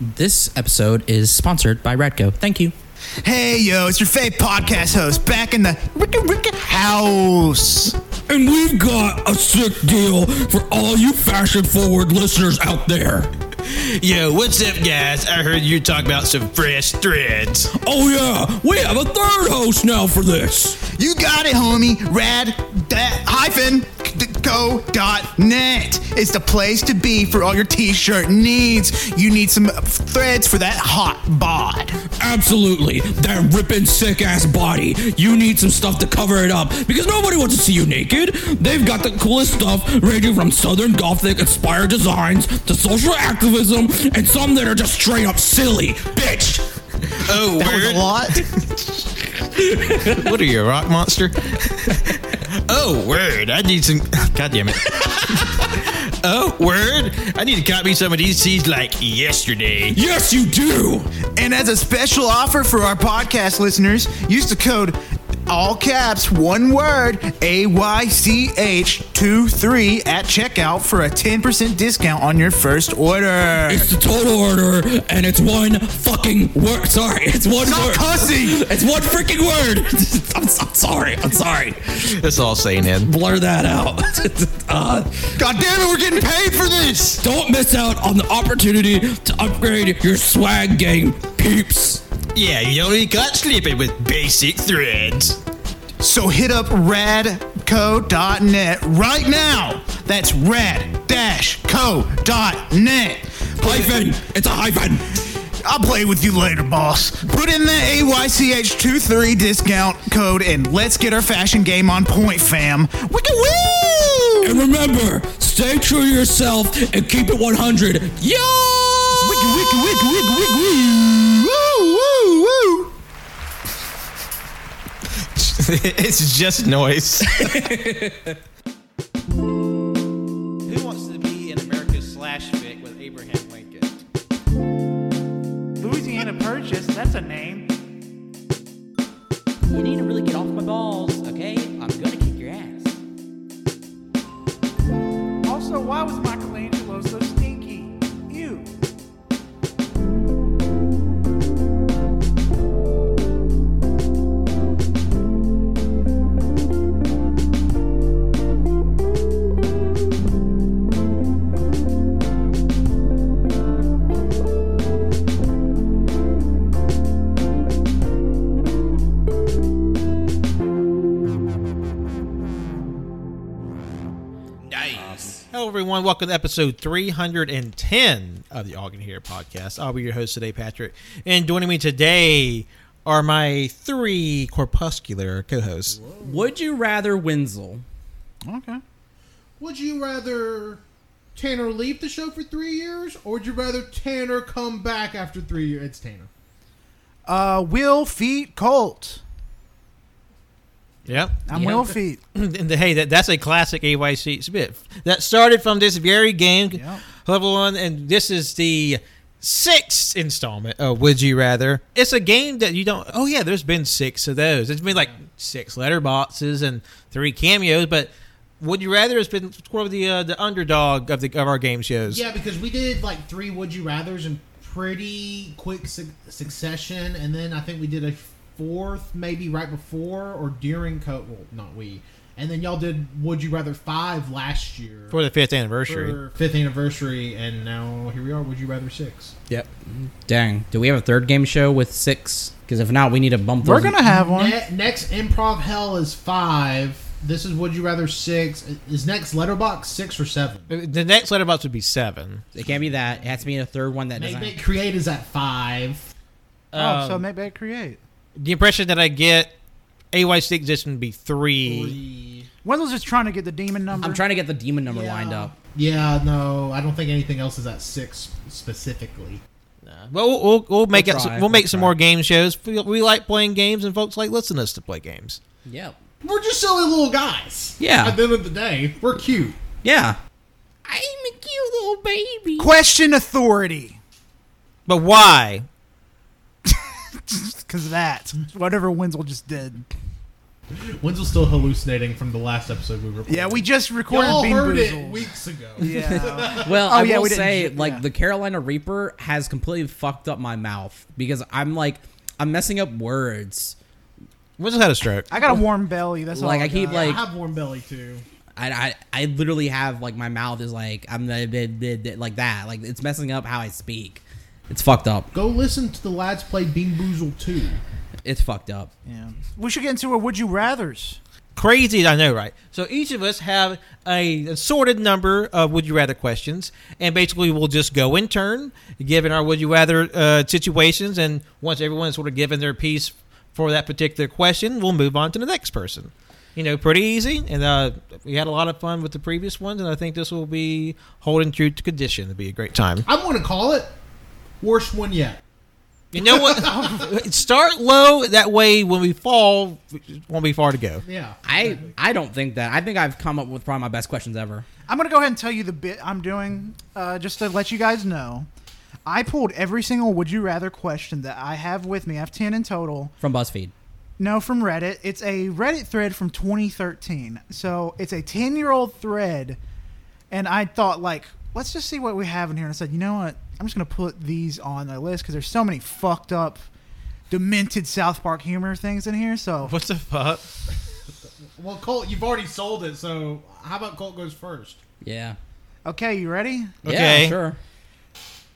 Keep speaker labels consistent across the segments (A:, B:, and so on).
A: This episode is sponsored by Radco. Thank you.
B: Hey yo, it's your fave podcast host back in the Ricka Ricka house.
C: And we've got a sick deal for all you fashion forward listeners out there.
D: Yo, what's up, guys? I heard you talk about some fresh threads.
C: Oh, yeah, we have a third host now for this.
B: You got it, homie. Rad that hyphen co dot net. It's the place to be for all your t-shirt needs. You need some threads for that hot bod.
C: Absolutely, that ripping, sick ass body. You need some stuff to cover it up because nobody wants to see you naked. They've got the coolest stuff ranging from Southern Gothic inspired designs to social activism and some that are just straight up silly. Bitch!
D: Oh,
B: That was
D: word?
B: a lot.
D: what are you, a rock monster? oh, word. I need some. God damn it. oh, word. I need to copy some of these seeds like yesterday.
C: Yes, you do!
B: And as a special offer for our podcast listeners, use the code all caps one word AYCH23 at checkout for a 10% discount on your first order.
C: It's the total order, and it's one fucking word. Sorry, it's one
B: Stop
C: word.
B: cussing!
C: It's one freaking word. I'm, so- I'm sorry. I'm sorry.
D: That's all saying, Ed.
C: Blur that out. Uh,
B: God damn it, we're getting paid for this!
C: don't miss out on the opportunity to upgrade your swag game, peeps.
D: Yeah, you only got sleeping with basic threads.
B: So hit up radco.net right now. That's rad-co.net.
C: Hyphen. It's a hyphen.
B: I'll play with you later, boss. Put in the AYCH23 discount code and let's get our fashion game on point, fam. Wicka woo!
C: And remember, stay true to yourself and keep it 100. Yo!
B: Wicka wicka wicka wicka wicka woo! Woo woo woo!
D: it's just noise.
E: Who wants to be in America's slash fit with Abraham Lincoln?
F: Louisiana Purchase, that's a name.
G: You need to really get off my balls, okay? I'm gonna kick your ass.
F: Also, why was Michelangelo so stinky? Ew.
D: Nice. Hello, everyone. Welcome to episode 310 of the All Can Hear podcast. I'll be your host today, Patrick. And joining me today are my three corpuscular co hosts.
A: Would you rather Wenzel?
H: Would you rather Tanner leave the show for three years, or would you rather Tanner come back after three years? It's Tanner.
B: Uh, Will Feet Colt.
D: Yep.
B: I'm Will Feet.
D: And hey, that, that's a classic AYC spit that started from this very game, level one, and this is the sixth installment of Would You Rather. It's a game that you don't. Oh yeah, there's been six of those. It's been like six letter boxes and three cameos, but Would You Rather has been sort of the uh, the underdog of the of our game shows.
H: Yeah, because we did like three would you rather's in pretty quick su- succession, and then I think we did a fourth maybe right before or during COVID. Well, not we. And then y'all did would you rather five last year
D: For the fifth anniversary.
H: for fifth anniversary, and now here we are. Would you rather six?
A: Yep. Dang. Do we have a third game show with six? Because if not, we need to bump.
B: We're
A: those-
B: gonna have one.
H: Ne- next improv hell is five. This is would you rather six. Is next letterbox six or seven?
D: Uh, The next letter box would be seven.
A: It can't be that. It has to be a third one that
H: Make
A: doesn't.
H: Big create is at five.
B: Oh, so maybe I create.
D: The impression that I get, AYC exists would be three.
B: Wenzel's just trying to get the demon number.
A: I'm trying to get the demon number lined up.
H: Yeah, no, I don't think anything else is at six specifically.
D: Well, we'll, we'll, we'll make
A: We'll
D: it.
A: try,
D: we'll make
A: we'll
D: some
A: try.
D: more game shows. We, we like playing games, and folks like listening to us to play games.
A: Yep.
H: We're just silly little guys.
A: Yeah.
H: At the end of the day, we're cute.
A: Yeah.
G: I'm a cute little baby.
B: Question authority.
D: But why?
B: Because that. Whatever Wenzel just did.
H: Wenzel's still hallucinating from the last episode we recorded.
B: Yeah, we just recorded
H: all
B: Bean
H: heard
B: Boozled.
H: it weeks ago.
F: Yeah.
A: Well,
B: Oh,
A: I
B: yeah,
A: will
B: we didn't
A: say,
B: ju-
A: like,
B: yeah.
A: the Carolina Reaper has completely fucked up my mouth because I'm like, I'm messing up words.
D: When's had a stroke?
F: I got a warm belly.
B: Oh,
F: That's
A: like,
F: all.
A: I keep,
F: got.
A: like,
H: I have warm belly too.
A: I, I, I literally have, like, my mouth is like, I'm the, the- the- the- like that. Like, it's messing up how I speak. It's fucked up.
H: Go listen to the lads play Bean Boozled 2.
A: It's fucked up.
F: Yeah. We should get into a would you rather's.
D: Crazy, I know, right? So each of us have a assorted number of would you rather questions, and basically we'll just go in turn, given our would you rather uh, situations, and once everyone's sort of given their piece for that particular question, we'll move on to the next person. You know, pretty easy, and uh, we had a lot of fun with the previous ones, and I think this will be holding true to condition. It'll be a great time.
H: I'm going to call it worst one yet.
D: You know what? Start low. That way, when we fall, we won't be far to go.
H: Yeah.
A: I, I don't think that. I think I've come up with probably my best questions ever.
F: I'm gonna go ahead and tell you the bit I'm doing, uh, just to let you guys know. I pulled every single would you rather question that I have with me. I have ten in total.
A: From BuzzFeed.
F: No, from Reddit. It's a Reddit thread from 2013. So it's a 10 year old thread. And I thought, like, let's just see what we have in here. And I said, you know what? I'm just going to put these on the list because there's so many fucked up, demented South Park humor things in here. So
D: What the fuck?
H: Well, Colt, you've already sold it, so how about Colt goes first?
A: Yeah.
F: Okay, you ready?
D: Okay.
A: Yeah, sure.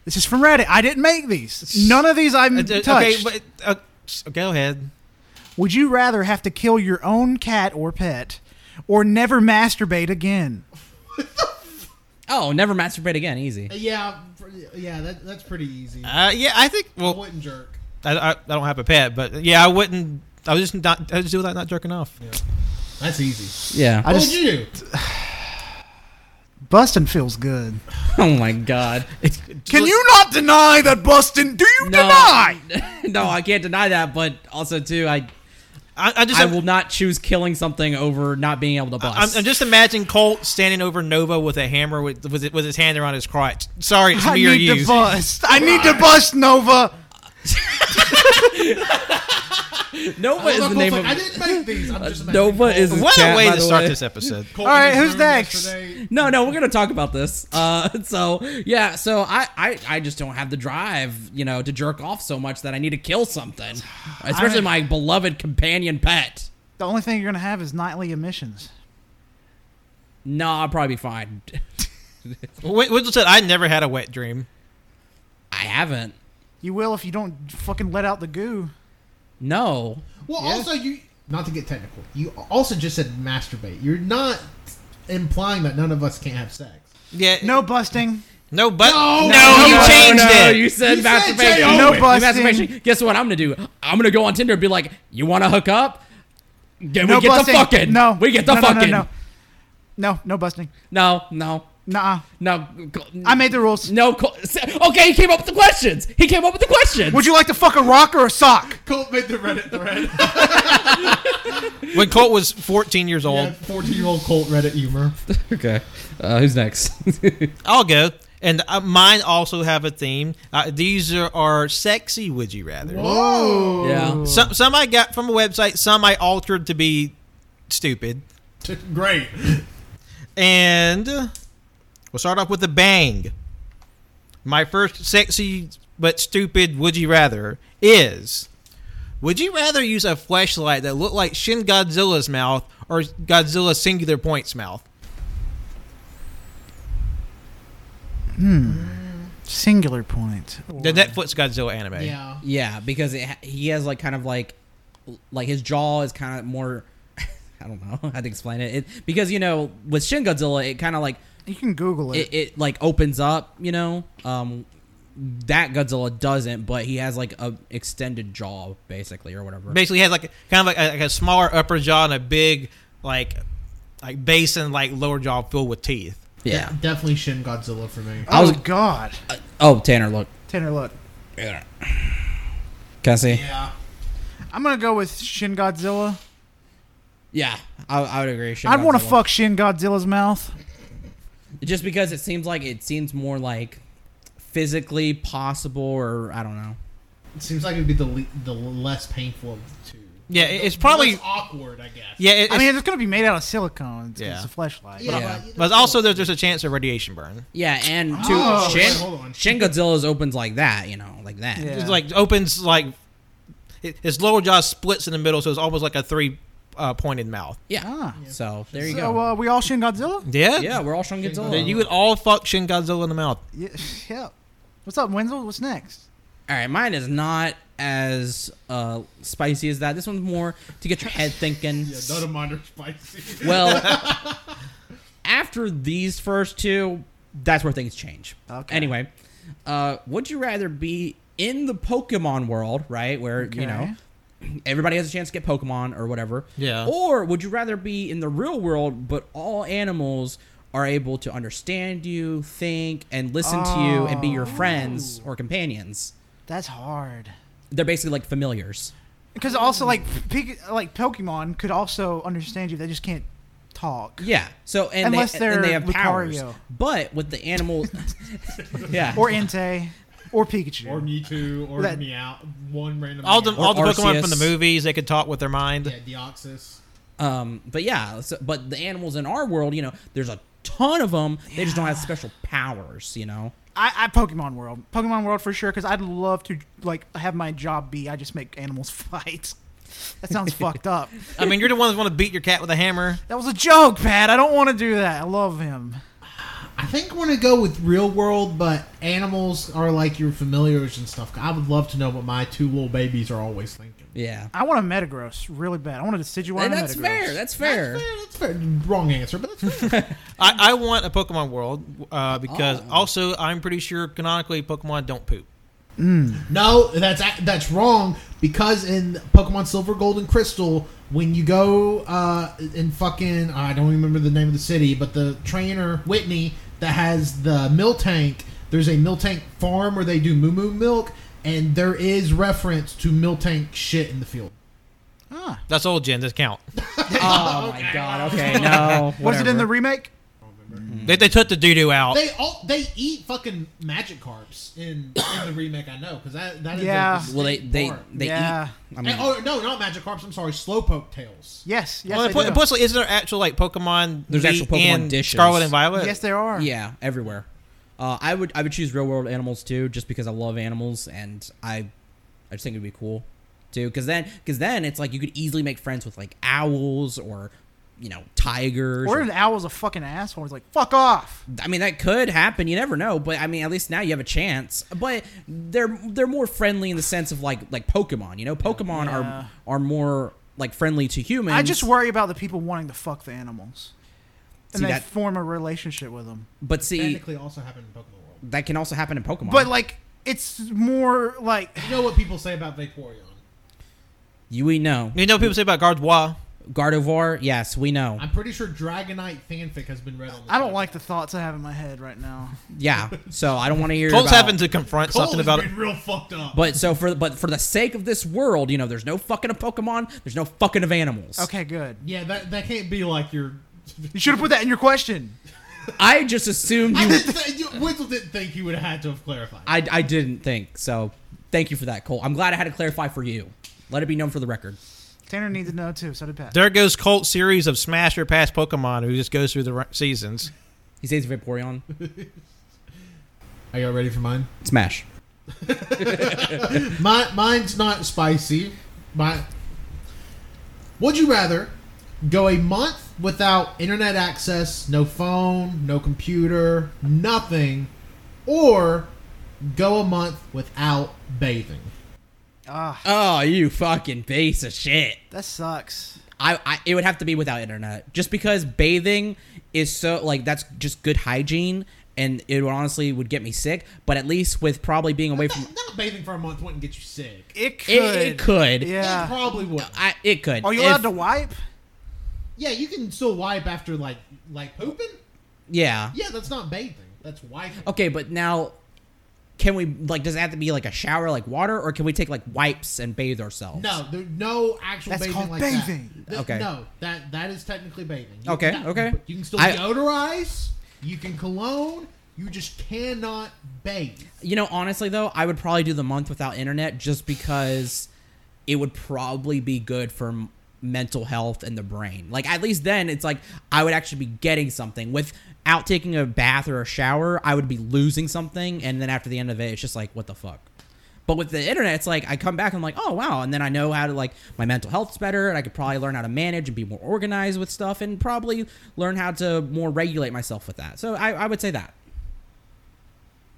F: This is from Reddit. I didn't make these. None of these I
D: Uh,
F: have
D: d-
F: touched.
D: Okay, but uh, s- go ahead.
F: Would you rather have to kill your own cat or pet, or never masturbate again?
A: Oh, never masturbate again. Easy.
H: Yeah, pr- yeah, that, that's pretty easy.
D: Uh, yeah, I think.
H: I
D: Well,
H: wouldn't jerk.
D: I, I, I don't have a pet, but yeah, I wouldn't. I was just not. I just do that, not jerking off.
H: That's easy.
A: Yeah.
F: I
H: What
F: just
H: would you do?
F: busting feels good.
A: Oh my god.
B: Can you not deny that Bustin? Do you
A: No.
B: deny?
A: no, I can't deny that, but also too, I
D: I, I just.
A: I will not choose killing something over not being able to
D: I'm,
A: bust.
D: I'm just imagining Colt standing over Nova with a hammer with with, it, with his hand around his crotch. Sorry, it's
F: I
D: me or
F: need
D: you.
F: to bust.
B: I need to bust Nova.
A: Nova is
H: Well,
A: the
H: Colt's
A: name
H: like, I
A: of
H: didn't make these. I'm just imagining
A: Nova
H: Colt-
A: is a
D: What
A: cat,
D: a way
A: by
D: to
A: the
D: start
A: way.
D: this episode.
H: Colt
F: All right,
H: just
F: who's
H: learned
F: next?
H: yesterday.
A: No, no, we're gonna talk about this. Uh, so yeah, so I, I, I just don't have the drive, you know, to jerk off so much that I need to kill something, especially
F: I-
A: my beloved companion pet.
F: The only thing you're gonna have is nightly emissions.
A: No, I'll probably be fine.
D: Wh- Which said, I never had a wet dream.
A: I haven't.
F: You will if you don't fucking let out the goo.
A: No,
H: Well, also you not to get technical. You also just said masturbate. You're not implying that none of us can't have sex.
D: Yeah.
F: No busting.
D: No, but Oh, no,
A: No,
D: you
A: no,
D: changed
A: no,
D: it.
A: You said
H: You said
A: masturbation.
H: J.O.
F: No
A: You
F: busting.
A: masturbation. Guess what I'm gonna do? I'm gonna go on Tinder and be like, "You want to hook up? Then
F: No
A: we get
F: busting.
A: the fucking.
F: No.
A: we get the
F: no,
A: fucking.
F: No, no, no, no, no busting.
A: no, no,
F: Nuh-uh.
A: no.
F: I made the rules.
A: no. co- Okay, he came up with the questions. He came up with the questions.
F: Would you like to fuck a rock or a sock?
H: Colt made the Reddit thread.
D: When Colt was 14 years old,
H: Fourteen year old Colt Reddit humor.
A: okay, uh, who's next?
D: I'll go. And uh, mine also have a theme. Uh, these are, are sexy would you rather.
H: Whoa.
A: yeah.
D: Some some I got from a website. Some I altered to be stupid.
H: Great.
D: And we'll start off with a bang. My first sexy but stupid would you rather is would you rather use a flashlight that looked like Shin Godzilla's mouth or Godzilla's singular point's mouth?
F: Singular point.
D: The Netflix Godzilla anime.
H: Yeah.
A: Yeah, because it, ha- he has like kind of like like his jaw is kind of more. I don't know how to explain it. it. Because you know, with Shin Godzilla, it kind of like
F: You can Google it.
A: it, it like opens up, you know. Um, that Godzilla doesn't, but he has like a extended jaw, basically, or whatever.
D: basically has like kind of like a, like a smaller upper jaw and a big like like basin like lower jaw filled with teeth.
A: yeah.
H: Definitely Shin Godzilla for me.
A: I
F: oh
A: was-
F: God.
A: Oh, Tanner, look.
F: Tanner, look.
A: Can I see? Yeah,
H: Yeah.
F: I'm gonna go with Shin Godzilla.
A: I, I would agree. Shin
F: I'd want to
A: Godzilla.
F: fuck Shin Godzilla's mouth.
A: just because it seems like it seems more like physically possible, or I don't know.
H: It seems like it'd be the le- the less painful of the two.
D: Yeah, it- it's probably
H: Less awkward, I guess.
D: yeah. It,
F: I mean, if it's going to be made out of silicone. It's,
D: Yeah.
F: it's a flashlight.
H: Yeah,
A: Yeah.
H: but-
D: but also there's, there's a chance of radiation burn.
A: Yeah, and to
H: Oh,
A: Shin,
H: wait, hold on.
A: Shin Godzilla's opens like that, you know, like that.
F: Yeah.
D: It's like opens like it, his lower jaw splits in the middle, so it's almost like a three uh, pointed mouth.
A: Yeah.
F: Ah.
A: So there you
F: So
A: go.
F: uh, we all Shin Godzilla?
D: Yeah,
A: yeah, we're all Shin Godzilla.
D: Then you would all fuck Shin Godzilla in the mouth.
F: Yeah. yeah. What's up, Wenzel? What's next?
A: All right, mine is not as uh, spicy as that. This one's more to get your head thinking.
H: Yeah, none of mine are spicy.
A: well, after these first two, that's where things change.
F: Okay.
A: Anyway, uh, would you rather be in the Pokemon world, right, where you know everybody has a chance to get Pokemon or whatever?
D: Yeah.
A: Or would you rather be in the real world, but all animals are able to understand you, think, and listen to you, and be your friends
F: Oh.
A: or companions?
F: That's hard.
A: They're basically like familiars.
F: Because also, like, Pig- like Pokemon could also understand you. They just can't talk.
A: Yeah. So and
F: Unless
A: they,
F: they're
A: and they have powers,
F: Lucario.
A: but with the animal, yeah,
F: Or Entei. Or Pikachu.
H: or Mewtwo, or
F: That-
H: Meow, one random.
D: All the
H: Meow.
D: all the Pokemon
A: Arceus.
D: from the movies, they could talk with their mind.
H: yeah, Deoxys.
A: Um, but yeah, so, but the animals in our world, you know, there's a ton of them. They just don't have special powers, you know.
F: I, I Pokemon World. Pokemon World for sure. Because I'd love to like have my job be I just make animals fight. That sounds fucked up.
D: I mean, you're the ones that want to beat your cat with a hammer.
F: That was a joke, Pat. I don't want to do that. I love him.
H: I think I'm gonna go with real world, but animals are like your familiars and stuff. I would love to know what my two little babies are always thinking.
A: Yeah,
F: I want a Metagross really bad. I want a Decidueye.
A: and
F: and a
A: that's
F: Metagross.
A: fair. That's fair.
H: That's fair. That's fair. Wrong answer, but that's fair.
D: I, I want a Pokemon world uh, because also I'm pretty sure canonically Pokemon don't poop.
H: no, that's ac- that's wrong because in Pokemon Silver, Gold, and Crystal, when you go uh, in fucking I don't remember the name of the city, but the trainer Whitney that has the mill tank. There's a mill tank farm where they do moo moo milk, and there is reference to mill tank shit in the field.
D: That's old Jen. Does count.
A: Oh my god. Okay, no.
F: Was it in
A: whatever.
F: the remake?
D: They, they took the doo doo out.
H: They all they eat fucking magic carps in, in the remake. I know because that that is
F: Yeah.
H: a distinct
A: well, they they
H: part.
A: they
F: Yeah.
A: eat. I mean,
H: And- oh no, not magic carps. I'm sorry, slowpoke tails.
F: Yes. Yes.
D: well,
F: they
D: plus,
F: do.
D: plus, is there actual like Pokemon?
A: There's
D: meat
A: actual Pokemon
D: and
A: dishes.
D: Scarlet and Violet.
F: yes, there are.
A: yeah, everywhere. Uh, I would I would choose real world animals too, just because I love animals and I I just think it'd be cool too. Because then because then it's like you could easily make friends with like owls or you know tigers
F: Or
A: or
F: an owl's a fucking asshole. He's like, fuck off.
A: I mean, that could happen. You never know. But I mean, at least now you have a chance. But they're they're more friendly in the sense of like like Pokemon. You know, Pokemon
F: Yeah.
A: are are more like friendly to humans.
F: I just worry about the people wanting to fuck the animals. And
A: See,
F: they
A: that-
F: form a relationship with them.
A: but see
H: Technically, also happened in Pokemon World.
A: that can also happen in Pokemon.
F: But, like, it's more like.
H: You know what people say about Vaporeon?
A: you we know
D: You know what people say about Gardevoir.
A: Gardevoir. Yes, we know.
H: I'm pretty sure Dragonite fanfic has been read on. This
F: I don't like the thoughts I have in my head right now.
A: Yeah. So I don't want to hear.
D: Colts
A: about-
D: having to confront something about it.
H: been real fucked up.
A: But so for but for the sake of this world, you know, there's no fucking of Pokemon. There's no fucking of animals.
F: Okay, good.
H: yeah, that that can't be like your.
F: You should have put that in your question.
A: I just assumed
H: I
A: you.
H: didn't th- you- Wenzel didn't think he would have had to have clarified.
A: I, I didn't think so. Thank you for that, Cole. I'm glad I had to clarify for you. Let it be known for the record.
F: Tanner needs to know too. So did Pat.
D: There goes Colt's series of smash or pass Pokemon who just goes through the ri- seasons.
A: He says Vaporeon.
H: Are y'all ready for mine?
A: Smash.
H: My, mine's not spicy. My, would you rather go a month without internet access, no phone, no computer, nothing, or go a month without bathing?
A: Oh, you fucking piece of shit.
F: That sucks.
A: I, I it would have to be without internet. Just because bathing is so like that's just good hygiene and it would honestly would get me sick, but at least with probably being away from
H: Not, not bathing for a month wouldn't get you sick.
F: It could.
A: it, it could.
H: It
F: Yeah.
H: probably would.
A: I, it could.
F: Are you
A: If-
F: allowed to wipe?
H: Yeah, you can still wipe after like like pooping.
A: Yeah.
H: Yeah, that's not bathing. That's wiping.
A: Okay, but now can we like does it have to be like a shower like water or can we take like wipes and bathe ourselves?
H: No, there's no actual
F: That's
H: bathing
F: called
H: like
F: bathing.
H: that. Th-
A: Okay.
H: No, that that is technically bathing. You-
A: Okay,
H: no,
A: okay.
H: You can still
A: I-
H: deodorize. You can cologne. You just cannot bathe.
A: You know, honestly though, I would probably do the month without internet just because it would probably be good for m- mental health and the brain. Like at least then it's like I would actually be getting something without taking a bath or a shower. I would be losing something, and then after the end of it, it's just like what the fuck. But with the internet, it's like I come back, I'm like, oh wow, and then I know how to like my mental health's better, and I could probably learn how to manage and be more organized with stuff, and probably learn how to more regulate myself with that. So I, I would say that.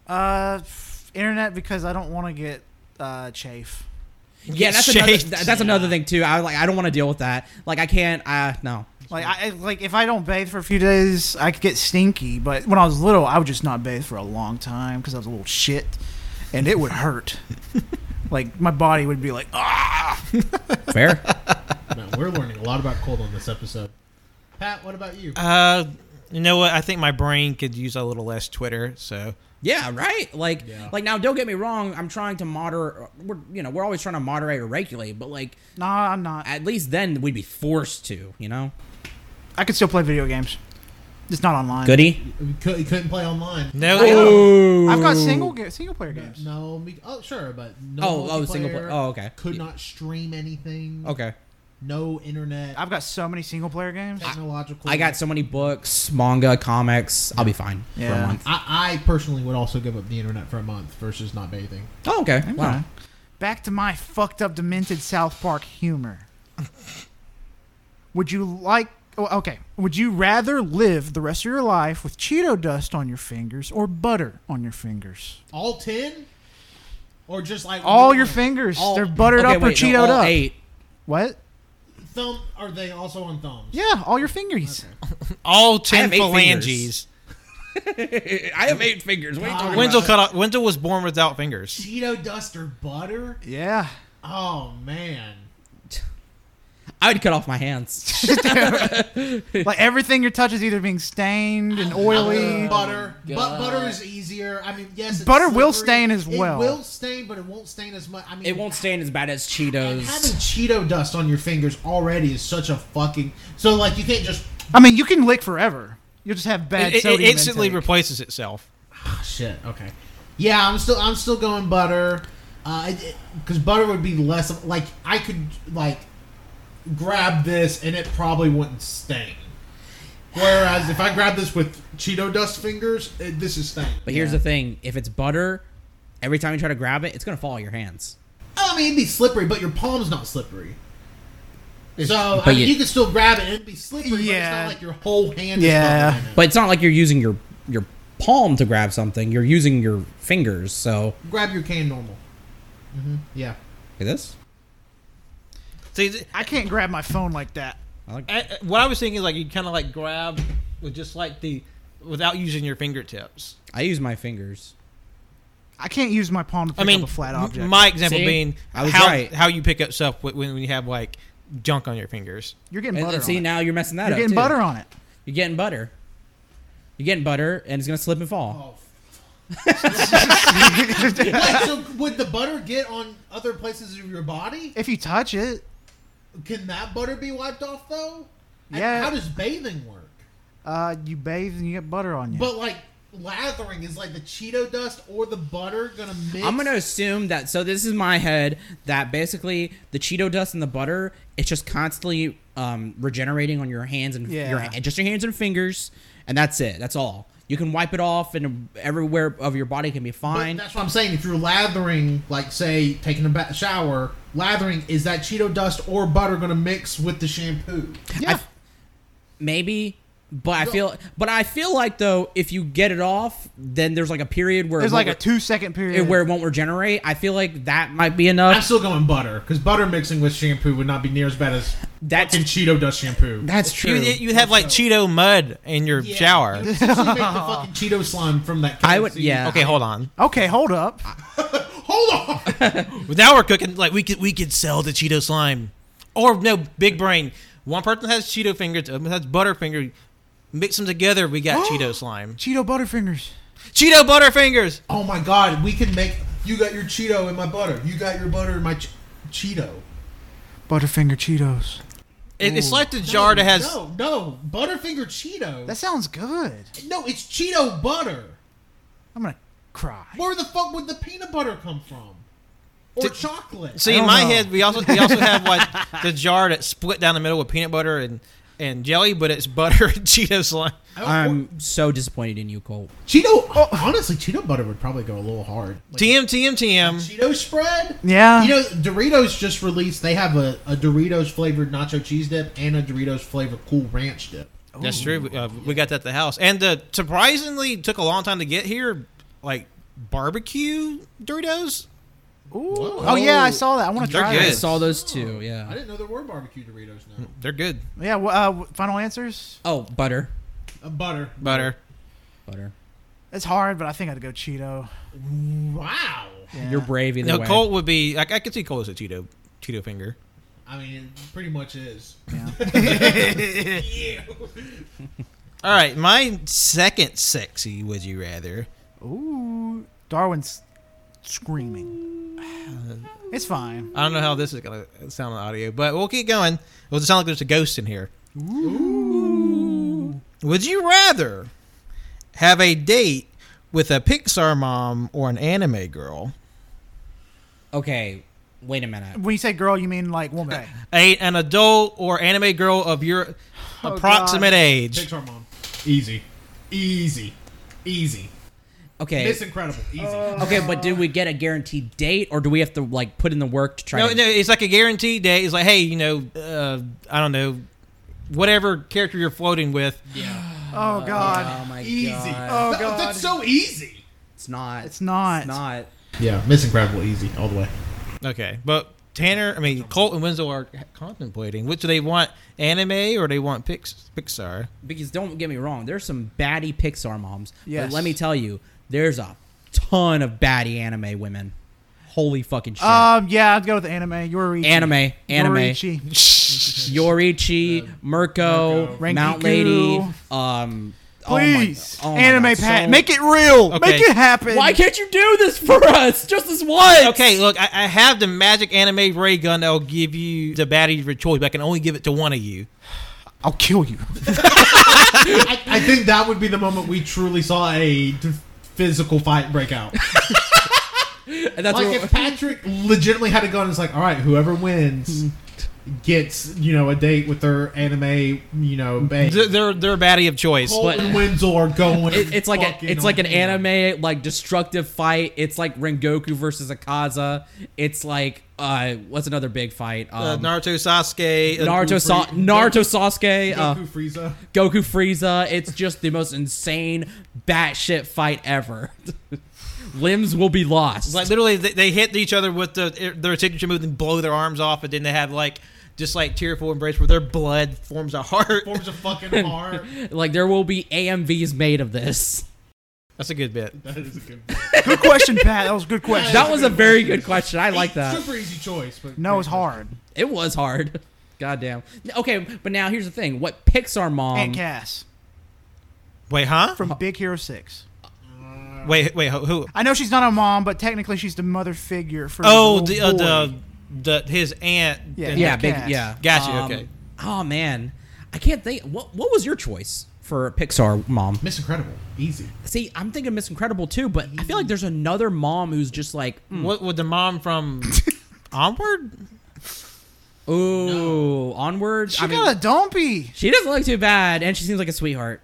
F: Uh, f- internet because I don't want to get uh chafe.
A: Yeah, that's another,
D: Shades.
A: th- that's another thing too. I was like, I don't want to deal with that. Like, I can't. Uh, no.
F: Like I I- like if I don't bathe for a few days, I could get stinky. But when I was little, I would just not bathe for a long time because I was a little shit, and it would hurt. like my body would be like, ah.
A: Fair.
H: Man, we're learning a lot about cold on this episode. Pat, what about you?
D: Uh, you know what? I think my brain could use a little less Twitter. So
A: yeah. Right. Like,
H: Yeah.
A: like now. Don't get me wrong. I'm trying to moderate. We're you know we're always trying to moderate or regulate, but like
F: Nah, I'm not.
A: at least then we'd be forced to. You know.
F: I could still play video games. It's not online.
A: Goody.
H: You cou- you couldn't play online.
D: no,
F: I've got single ga- single player games.
H: No, me- oh sure, but no
A: Oh, oh, single player.
H: multiplayer,
A: Oh, okay.
H: Could
A: Yeah.
H: not stream anything.
A: Okay.
H: No internet.
F: I've got so many single player games.
H: technological.
A: I got so many books, manga, comics. I'll be fine for
F: Yeah.
A: a month.
H: I, I personally would also give up the internet for a month versus not bathing.
A: Oh, okay.
F: Okay.
A: Wow.
F: Back to my fucked up, demented South Park humor. Would you like. oh, Okay. Would you rather live the rest of your life with Cheeto dust on your fingers or butter on your fingers?
H: All ten, or just like
F: All
H: one?
F: your fingers.
A: All-
F: they're buttered
A: okay,
F: up or
A: wait, no,
F: Cheetoed
A: all
F: up.
A: Eight.
F: What?
H: Thumb? Are they also on thumbs?
F: Yeah, all your fingers.
D: all ten
A: have eight
D: phalanges.
A: I have eight fingers. What
F: Ah.
A: are you talking
D: Wendell cut off, Wendell was born without fingers.
H: Cheeto dust or butter?
F: Yeah.
H: Oh man.
A: I would cut off my hands.
F: Like everything you touch is either being stained and oily.
H: butter, but butter is easier. I mean, yes, it's
F: Butter will
H: slippery.
F: stain as well.
H: It will stain, but it won't stain as much. I mean,
A: it won't stain as bad as
H: And having
A: Cheetos.
H: Cheeto dust on your fingers already is such a fucking. So like you can't just
F: I mean, you can lick forever. You'll just have bad
D: It, it- it
F: sodium
D: instantly
F: intake.
D: replaces itself.
H: shit. Okay. Yeah, I'm still I'm still going butter, because butter would be less of- like I could like grab this and it probably wouldn't stain. Whereas if I grab this with Cheeto dust fingers, it, this is stained.
A: But here's the thing: if it's butter, every time you try to grab it, it's gonna fall out of your hands.
H: I mean, it'd be slippery, but your palm's not slippery. So I
A: but
H: mean,
A: you-
H: you, can still grab it and it'd be
F: Yeah.
H: slippery, but it's not like your whole hand.
F: Yeah.
H: is covered in it.
A: But it's not like you're using your your palm to grab something. You're using your fingers. So
H: grab your can normal. Mm-hmm. Yeah.
A: Look at this.
D: See, th-
F: I can't grab my phone like that.
D: I- I- what I was thinking is like you kind of like grab with just like the without using your fingertips.
A: I use my fingers.
F: I can't use my palm to pick
D: I mean,
F: up a flat object.
D: My example
A: See?
D: being
A: I was
D: how
A: right.
D: how you pick up stuff when, when you have like junk on your fingers.
F: You're getting
A: And,
F: butter
A: and see,
F: on
A: now you're messing that
F: it. You're
A: up.
F: getting
A: too.
F: butter on it.
A: You're getting butter. You're getting butter, and it's gonna slip and fall.
H: Oh. Wait, so would the butter get on other places of your body?
F: If you touch it,
H: Can that butter be wiped off though? And
F: Yeah.
H: how does bathing work?
F: uh, you bathe and you get butter on you.
H: But like lathering is like the Cheeto dust or the butter gonna mix.
A: I'm gonna assume that. So this is my head that basically the Cheeto dust and the butter, it's just constantly um, regenerating on your hands and
F: Yeah.
A: your ha- just your hands and fingers, and that's it. That's all. You can wipe it off, and everywhere of your body can be
H: But
A: fine.
H: that's what I'm saying. If you're lathering, like say taking a ba- shower, lathering is that Cheeto dust or butter gonna mix with the shampoo?
A: I f- maybe, but I feel, but I feel like though, if you get it off, then there's like a period where it
F: There's like a
A: won't
F: two second
A: re-
F: period
A: where it won't regenerate. I feel like that might be
H: I'm
A: enough.
H: still going butter because butter mixing with shampoo would not be near as bad as
A: That's
H: fucking Cheeto dust shampoo.
A: that's
D: You
A: true.
D: you have like Cheeto mud in your
H: Yeah.
D: shower.
H: You basically make the fucking Cheeto slime from that.
A: I would-
H: KFC.
A: yeah. Oh.
D: Okay, hold on.
F: Okay, hold up.
H: Hold on.
D: Well, now we're cooking like we could we could sell the Cheeto slime, or no big brain. One person has Cheeto fingers, the other has Butterfinger. Mix them together, we got Cheeto slime.
F: Cheeto Butterfingers.
D: Cheeto Butterfingers.
H: Oh my god, we can make. You got your Cheeto and my butter. You got your butter and my ch- Cheeto.
F: Butterfinger Cheetos.
D: It, it's like the jar that has.
H: no, no Butterfinger Cheeto.
F: That sounds good.
H: no, it's Cheeto butter.
F: I'm gonna cry.
H: Where the fuck would the peanut butter come from? or chocolate.
D: See,
F: I
D: in
F: don't
D: my
F: know.
D: head, we also we also have like the jar that's split down the middle with peanut butter and, and jelly, but it's butter and Cheetos slime.
A: I'm so disappointed in you, Colt.
H: Cheeto, honestly, Cheeto butter would probably go a little hard. Like,
D: TM TM TM.
H: Cheeto spread.
F: Yeah.
H: You know, Doritos just released. They have a, a Doritos flavored nacho cheese dip and a Doritos flavored Cool Ranch dip.
D: That's true. We, uh, we got that at the house, and uh, surprisingly took a long time to get here. Like barbecue Doritos.
F: Oh yeah, I saw that. I want to
D: They're
F: try
D: good.
A: I
F: it.
A: saw those two.
H: I
A: Yeah.
H: didn't know there were barbecue Doritos now.
D: They're good.
F: Yeah. wh- Uh, wh- final answers.
A: Oh, butter,
H: Uh, butter.
D: Butter.
A: butter.
F: It's hard, but I think I'd go Cheeto.
H: Wow.
A: You're brave either
D: No,
A: way.
D: Colt would be. I, I could see Colt as a Cheeto Cheeto finger.
H: I mean, it pretty much is.
D: All right, my second sexy would you rather?
F: Ooh, Darwin's screaming. It's fine.
D: I don't know how this is gonna sound on audio, but we'll keep going. It'll sound like there's a ghost in here. Would you rather have a date with a Pixar mom or an anime girl?
A: Okay, wait a minute.
F: When you say girl, you mean like woman.
D: A an adult or anime girl of your approximate age?
H: Pixar mom. Easy. Easy. Easy.
A: Okay.
H: It's incredible. Easy.
A: Okay, but did we get a guaranteed date, or do we have to like put in the work to try?
D: No,
A: to,
D: no, it's like a guaranteed date. It's like, hey, you know, uh, I don't know, whatever character you're floating with.
F: Oh God,
A: Oh my
H: easy.
A: god,
F: Oh,
H: Th-
F: God.
H: That's so easy.
A: it's not.
F: it's not.
A: It's not.
H: Yeah, Miss Incredible easy all the way.
D: Okay, but Tanner, I mean Colt and Winslow are contemplating which do they want anime or they want Pix- Pixar.
A: Because don't get me wrong, there's some baddie Pixar moms.
F: Yes.
A: But let me tell you, there's a ton of baddie anime women. Holy fucking shit.
F: Um, yeah, I'd go with anime. Yorichi.
A: Anime, anime. Oh,
F: Yorichi.
A: Yorichi, Mirko,
F: Uh, Renkiku.
A: Mount Lady, um oh my-
F: Please,
A: oh my
F: anime
A: God,
F: pat.
A: so-
F: Make it real.
D: Okay.
F: Make it happen.
A: Why can't you do this for us? Just this once.
D: Okay, look, I, I have the magic anime ray gun that'll give you the baddie of your choice, but I can only give it to one of you.
F: I'll kill you.
H: I, I think that would be the moment we truly saw a d- physical fight break out.
A: And that's
H: like
A: what-
H: if Patrick legitimately had a gun, it's like, all right, whoever wins gets you know a date with their anime you know babe.
D: They're they're, they're baddie of choice.
H: Colton
A: but-
H: Winslow are going.
A: It- it's like a,
H: fucking
A: it's like an
H: on.
A: anime like destructive fight. It's like Rengoku versus Akaza. It's like uh what's another big fight?
D: Uh,
A: Um,
D: Naruto, Sasuke, uh,
A: Naruto, Sa-
H: Goku-
A: Naruto, Sasuke, uh,
H: Goku Frieza.
A: Goku, Frieza. It's just the most insane batshit fight ever. Limbs will be lost.
D: Like literally, they, they hit each other with the, their signature move and blow their arms off, and then they have like just like tearful embrace where their blood forms a heart.
H: Forms a fucking heart.
A: Like, there will be AMVs made of this.
D: That's a good bit.
H: That is a good.
F: Good question, Pat. That was a good question.
A: That was a very good question. I like that.
H: Super easy choice, but
F: No, it's hard.
A: It was hard. Goddamn. Okay, but now here's the thing. What Pixar mom?
F: Aunt Cass
D: Wait, huh?
F: from Big Hero Six.
D: Wait, wait, who? who?
F: I know she's not a mom, but technically she's the mother figure for.
D: Oh,
F: the,
D: the,
F: little
D: uh,
F: boy.
D: the the his aunt.
F: Yeah,
D: and-
A: Yeah,
F: Aunt
A: big.
F: Cass.
A: Yeah.
D: Gotcha,
A: Um,
D: okay.
A: Oh man, I can't think. What What was your choice for Pixar mom?
H: Miss Incredible, easy.
A: See, I'm thinking Miss Incredible too, but I feel like there's another mom who's just like, mm,
D: What with the mom from Onward?
A: ooh, onward.
F: She
A: I mean,
F: got a dumpy.
A: she doesn't look too bad, and she seems like a sweetheart.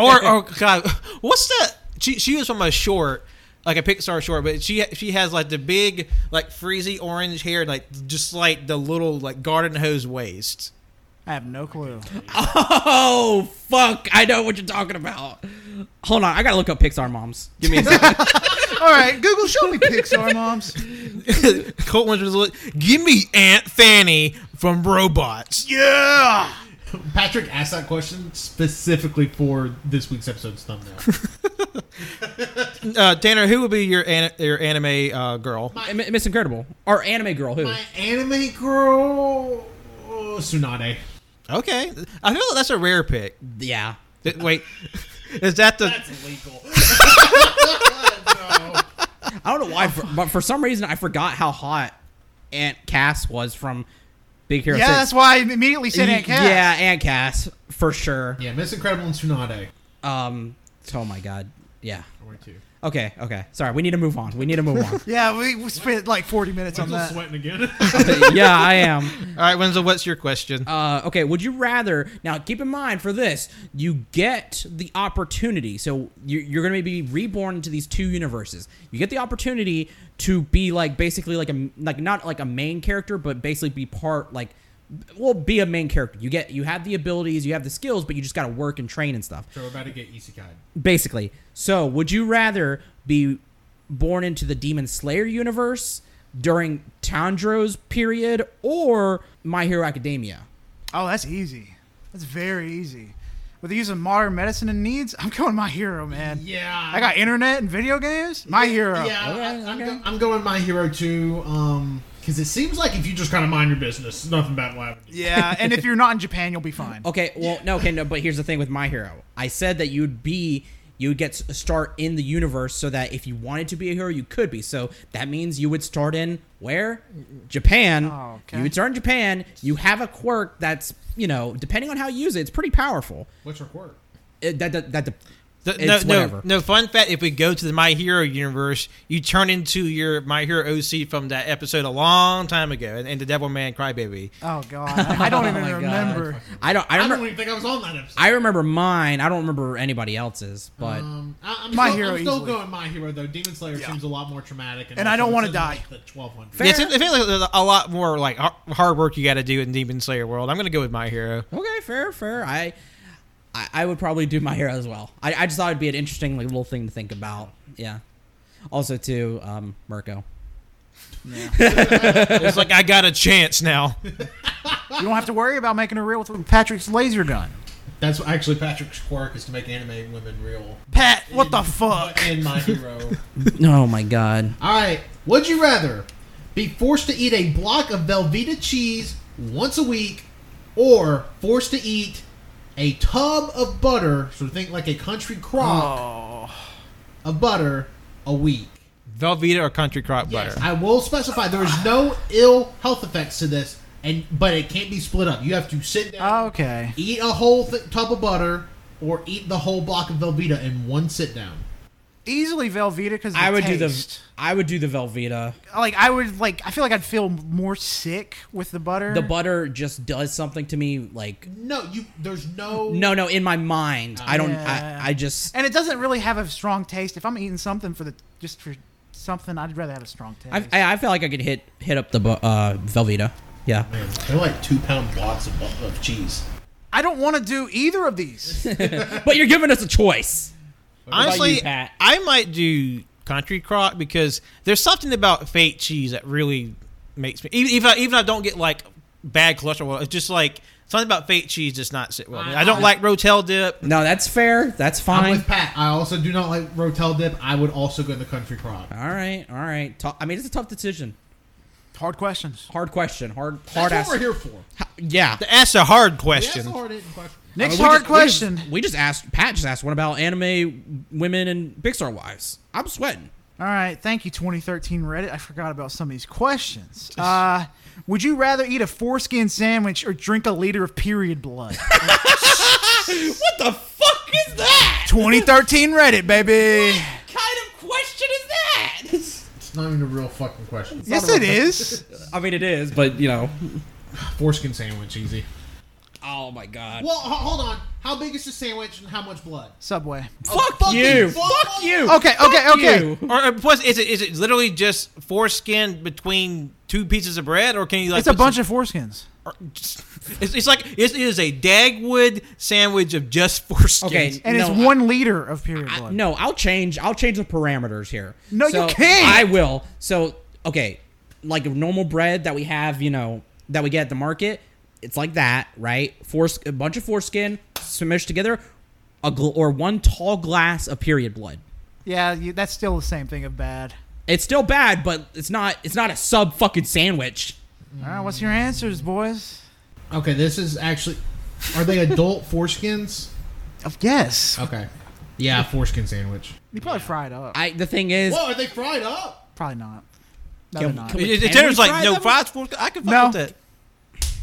D: or or God, what's that? She she was from a short, like a Pixar short, but she she has like the big like freezy orange hair, like just like the little like garden hose waist.
F: I have no clue.
A: Oh fuck! I know what you're talking about. Hold on, I gotta look up Pixar moms. Give me a second.
F: All right, Google, show me Pixar moms.
D: Colt Winters was like, give me Aunt Fanny from Robots.
F: Yeah.
H: Patrick asked that question specifically for this week's episode's thumbnail.
D: Uh, Tanner, who would be your an- your anime uh, girl?
A: M- Miss Incredible or anime girl? Who?
H: My anime girl, oh, Tsunade.
D: Okay, I feel like that's a rare pick.
A: Yeah.
D: Th- Wait, is that the
H: That's illegal.
A: I don't know why, for- but for some reason I forgot how hot Aunt Cass was from Big Hero.
F: Yeah,
A: 6.
F: that's why I immediately said Aunt Cass.
A: Yeah, Aunt Cass for sure.
H: yeah, Miss Incredible and Tsunade.
A: Um. Oh my God. Yeah.
H: Or two.
A: Okay, okay. Sorry, we need to move on. We need to move on.
F: Yeah, we, we spent like 40 minutes on
H: Michael's
F: that.
H: sweating again.
A: yeah, I am.
D: All right, Winslow, what's your question?
A: Uh, okay, would you rather? Now, keep in mind for this, you get the opportunity. So you- you're going to be reborn into these two universes. You get the opportunity to be like basically like a like not like a main character, but basically be part like well be a main character. You get you have the abilities, you have the skills, but you just got to work and train and stuff.
H: so we're about to get isekai.
A: Basically. So, would you rather be born into the Demon Slayer universe during Tandro's period or My Hero Academia?
F: Oh, that's easy. That's very easy. With the use of modern medicine and needs, I'm going my hero, man.
H: Yeah.
F: I got internet and video games. My hero.
H: Yeah,
A: Okay,
H: I, I'm,
A: okay.
H: go- I'm going My Hero 2, um, because it seems like if you just kind of mind your business, nothing bad will happen. to you.
F: Yeah, and if you're not in Japan, you'll be fine.
A: Okay, well, no, okay, no, but here's the thing with My Hero. I said that you'd be, you would get s- start in the universe so that if you wanted to be a hero, you could be. So that means you would start in where? Japan.
F: Oh, okay.
A: You would start in Japan. You have a quirk that's, you know, depending on how you use it, it's pretty powerful.
H: What's your quirk?
A: It, that, that, that,
D: Th-
A: it's
D: no, no,
A: whatever.
D: no. Fun fact: If we go to the My Hero universe, you turn into your My Hero OC from that episode a long time ago, and, and the Devil Man Crybaby.
F: Oh God, I I don't even
A: my God.
F: remember.
A: I don't, I
H: I
A: remember,
H: don't even think I was on that episode.
A: I remember mine. I don't remember anybody else's, but
H: um, I, I'm
F: My
H: still,
F: Hero
H: I'm still
F: easily.
H: going My Hero, though. Demon Slayer seems a lot more traumatic.
F: And I
H: also
F: don't wanna
H: it's in,
F: die.
H: Like, the 1200.
A: Fair.
D: Yeah, it seems- it feels like there's a lot more like har- hard work you got to do in Demon Slayer world. I'm gonna go with My Hero.
A: okay, fair, fair. I, I, I would probably do my hero as well. I, I just thought it'd be an interesting like, little thing to think about. Yeah. Also, too, um, Mirko.
D: It's like I got a chance now.
F: You don't have to worry about making a reel with Patrick's laser gun.
H: That's what- actually Patrick's quirk is to make anime women real.
F: Pat, what the fuck?
H: In My Hero.
A: Oh my god.
H: All right. Would you rather be forced to eat a block of Velveeta cheese once a week, or forced to eat a tub of butter? So think like a country crock of butter a week.
D: Velveeta or Country Crock
H: Yes,
D: Butter.
H: I will specify there is no ill health effects to this, and but it can't be split up. You have to sit down,
F: Okay.
H: eat a whole th- tub of butter, or eat the whole block of Velveeta in one sit down.
F: Easily Velveeta because
A: I would do the
F: taste.
A: I would do the Velveeta.
F: Like I would like. I feel like I'd feel more sick with the butter.
A: The butter just does something to me. Like
H: No, you. There's no.
A: no, no, in my mind, I don't.
F: Yeah.
A: I, I just.
F: and it doesn't really have a strong taste. If I'm eating something for the just for something, I'd rather have a strong taste.
A: I, I, I feel like I could hit hit up the bu- uh, Velveeta. Yeah.
H: Man, they're like two pound blocks of, bu- of cheese.
F: I don't want to do either of these.
A: But you're giving us a choice.
D: Honestly,
A: you, Pat?
D: I might do Country Crock because there's something about fake cheese that really makes me. Even if I, even if I don't get like bad cholesterol, it's just like something about fake cheese does not sit well. with me. I don't like Rotel dip.
A: No, that's fair. That's
H: I'm
A: fine.
H: with Pat. I also do not like Rotel dip. I would also go the country crop.
A: all right, all right. Tou- I mean, it's a tough decision.
F: Hard questions.
A: Hard question. Hard hard
H: That's what we're
A: ask.
H: here for.
A: Yeah.
D: That's a hard
H: That's
D: question.
H: the hard hitting question.
F: Next
A: I mean, we
F: hard
A: just- we just-
F: question.
A: We just asked. Pat just asked one about anime women and big star wives. I'm sweating.
F: All right, thank you, 2013 Reddit. I forgot about some of these questions. Uh, would you rather eat a foreskin sandwich or drink a liter of period blood?
A: What the fuck is that?
F: 2013 Reddit, baby.
A: kind of question is
H: It's not even a real fucking question.
F: Yes, it is.
A: that? I mean, it is, but you know.
H: Foreskin sandwich, easy.
A: Oh my god.
H: Well, ho- hold on. How big is the sandwich and how much blood?
F: Subway.
A: fuck,
H: fucking
A: you!
H: fuck.
A: Fuck you!
F: Okay, okay,
A: Fuck
F: okay.
A: you.
D: Or, or plus, is it is it literally just foreskin between two pieces of bread, or can you like?
F: It's a
D: put
F: bunch of foreskins.
D: some- or just- it's, it's like it's, it is a Dagwood sandwich of just foreskin.
A: Okay.
F: And it's
A: No,
F: one liter of period
A: I-
F: blood.
A: no, I'll change. I'll change the parameters here.
F: No, you
A: So,
F: can't.
A: I will. So, okay, like normal bread that we have, you know, that we get at the market, it's like that, right? Fores- a bunch of foreskin smushed together, a gl- or one tall glass of period blood.
F: Yeah, you, that's still the same thing of bad.
A: It's still bad, but it's not. It's not a sub fucking sandwich.
F: All right, what's your answers, boys?
H: Okay, this is actually. Are they adult foreskins?
F: Of yes.
H: Okay. Yeah, foreskin sandwich.
F: You probably fried up.
A: I. The thing is,
H: Whoa, are they fried up?
F: Probably not. No,
A: Can-
F: they're not.
A: can we-
D: It, it,
A: Can
D: there's like
A: fry
D: no
A: them?
D: fried foreskin. I can fuck
F: No.
D: with that.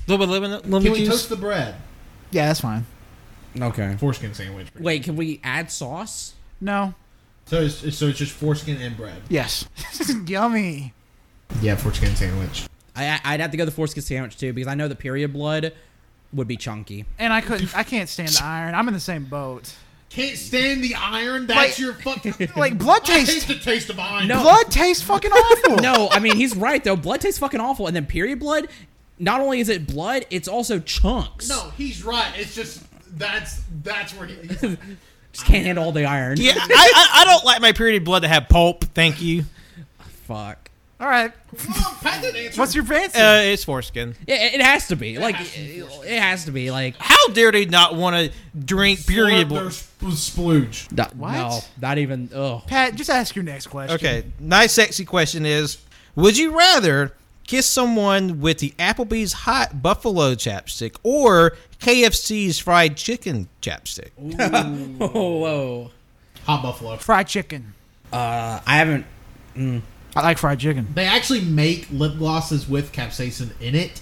D: little bit of lemon, lemon
H: Can we
D: juice.
H: toast the bread?
F: yeah, that's fine.
A: okay.
H: Foreskin sandwich.
A: Wait, can we add sauce?
F: No.
H: So it's, it's- so it's just foreskin and bread.
F: Yes. Yummy.
H: Yeah, foreskin sandwich.
A: I, I- I'd have to go the foreskin sandwich too because I know the period blood would be chunky.
F: And I couldn't. I can't stand the iron. I'm in the same boat.
H: Can't stand the iron.
F: Like-
H: That's your fucking.
F: Like blood
H: I hate
F: taste.
H: the taste of iron.
A: No.
F: Blood tastes fucking awful.
A: No, I mean he's right though. Blood tastes fucking awful, and then period blood. Not only is it blood, it's also chunks.
H: no, he's right. It's just that's that's where he. he's like,
A: just can't handle all the iron.
D: Yeah, I, I, I don't like my purity blood to have pulp. Thank you.
A: fuck.
F: All right.
H: oh, Pat didn't answer.
F: What's your fancy?
D: Uh, it's foreskin.
A: It, it has to be like
H: has to be foreskin.
A: it has to be like
D: How dare they not want to drink purity
H: Or
D: blood?
H: sp- splooge.
A: no,
F: What?
A: no, not even. Oh,
F: Pat, just ask your next question.
D: Okay, nice sexy question is: Would you rather kiss someone with the Applebee's hot buffalo chapstick or KFC's fried chicken chapstick?
A: oh, whoa.
H: Hot buffalo.
F: Fried chicken.
A: Uh, I haven't.
F: I like fried chicken.
H: They actually make lip glosses with capsaicin in it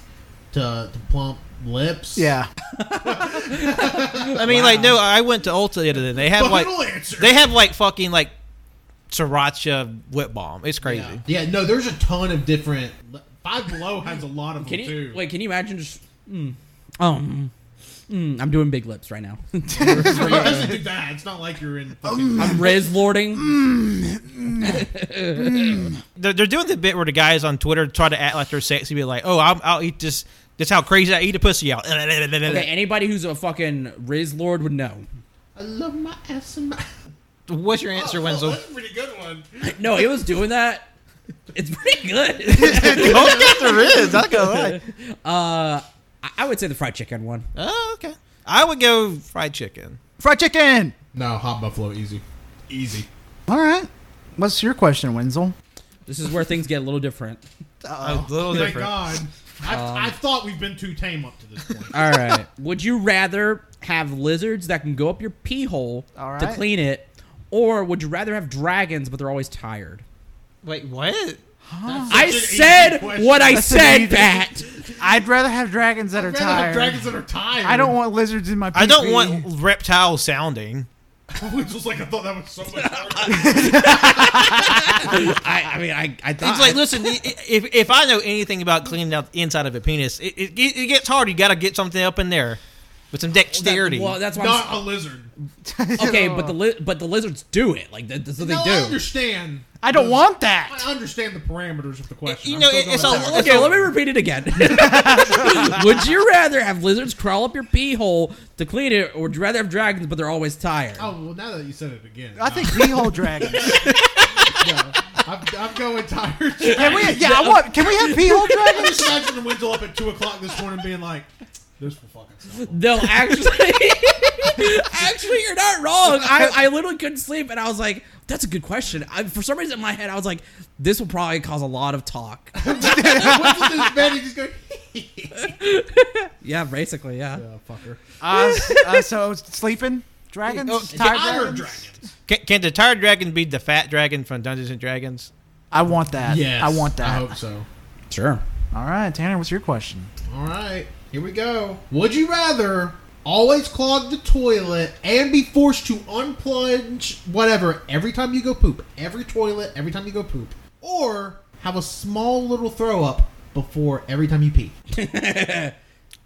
H: to to plump lips.
F: Yeah.
D: I mean, like, no, I went to Ulta the other day. They have like,
H: Final answer.
D: they have like fucking like sriracha lip balm. It's crazy.
H: Yeah. Yeah, no, there's a ton of different. Five Below has a lot of
A: Can
H: them
A: you
H: too.
A: wait? Can you imagine just? Mm, oh, mm, mm, I'm doing big lips right now.
H: So you have to do that. It's not like you're in.
F: Oh.
H: Fucking,
A: I'm res lording.
D: They're, they're doing the bit where the guys on Twitter try to act like they're sexy, be like, "Oh, I'm, I'll eat this. That's how crazy I eat a pussy out."
A: Okay, anybody who's a fucking res lord would know.
H: I love my ass and my.
D: What's your answer, Wenzel?
H: That's a pretty good one.
A: No, it was doing that. It's pretty good. I- I would say the fried chicken one.
D: Oh, okay. I would go fried chicken.
F: Fried chicken.
H: No, hot buffalo, easy, easy.
F: All right. What's your question, Wenzel?
A: This is where things get a little different.
D: A little
H: Thank
D: different.
H: God. I,
F: Um,
H: I thought we've been too tame up to this point.
A: All right. Would you rather have lizards that can go up your pee hole
F: All
A: to
F: right.
A: clean it, or would you rather have dragons but they're always tired?
D: Wait, what?
H: That's
A: I
H: such an easy
A: said
H: question.
A: what I
F: That's an easy-
A: said, Pat.
F: I'd rather have dragons that are
H: I'd rather have
F: tired.
H: dragons that are tired.
F: I don't want lizards in my.
D: I don't
F: pee-pee.
D: want reptile sounding.
H: Which was like I thought that was so much harder.
A: I, I mean, I, I thought.
D: It's like, listen, i- i- if, if I know anything about cleaning out the inside of a penis, it, it, it gets hard. You got to get something up in there with some dexterity.
A: Well, that's why. I'm,
H: Not a lizard.
A: s- okay, but the li- but the lizards do it. Like that- that's what
H: Oh. No, I
A: they do.
H: understand.
F: I don't want that.
H: I understand the parameters of the question.
D: you
H: I'm
D: know,
H: still
D: it- it's
H: going
D: a
H: with
D: little-
H: that.
A: Okay, let me repeat it again. would you rather have lizards crawl up your pee hole to clean it, or would you rather have dragons but they're always tired?
H: Oh well, now that you said it again,
F: I think beehole dragons.
H: I'm, I'm going tired.
F: Can we? Yeah, I want. Can we have beehole dragons?
H: Just imagine Wendell up at two o'clock this morning being like, "This will fucking stop."
A: No, actually, actually, you're not wrong. I, I literally couldn't sleep, and I was like, "That's a good question." I, for some reason, in my head, I was like, "This will probably cause a lot of talk."
H: What's with this man? He's just going,
A: yeah, basically, yeah.
H: oh, "Fucker."
F: Uh, s- uh, so Oh, sleeping dragons, tired
H: Iron
F: dragons?
H: dragons.
D: can, can the tired dragon be the fat dragon from Dungeons and Dragons?
F: I want that.
H: Yes,
F: I want
H: I
F: that.
H: hope so.
A: Sure.
F: All right, Tanner, what's your question?
H: All right, here we go. Would you rather always clog the toilet and be forced to unplunge whatever every time you go poop, every toilet, every time you go poop, or have a small little throw up before every time you pee?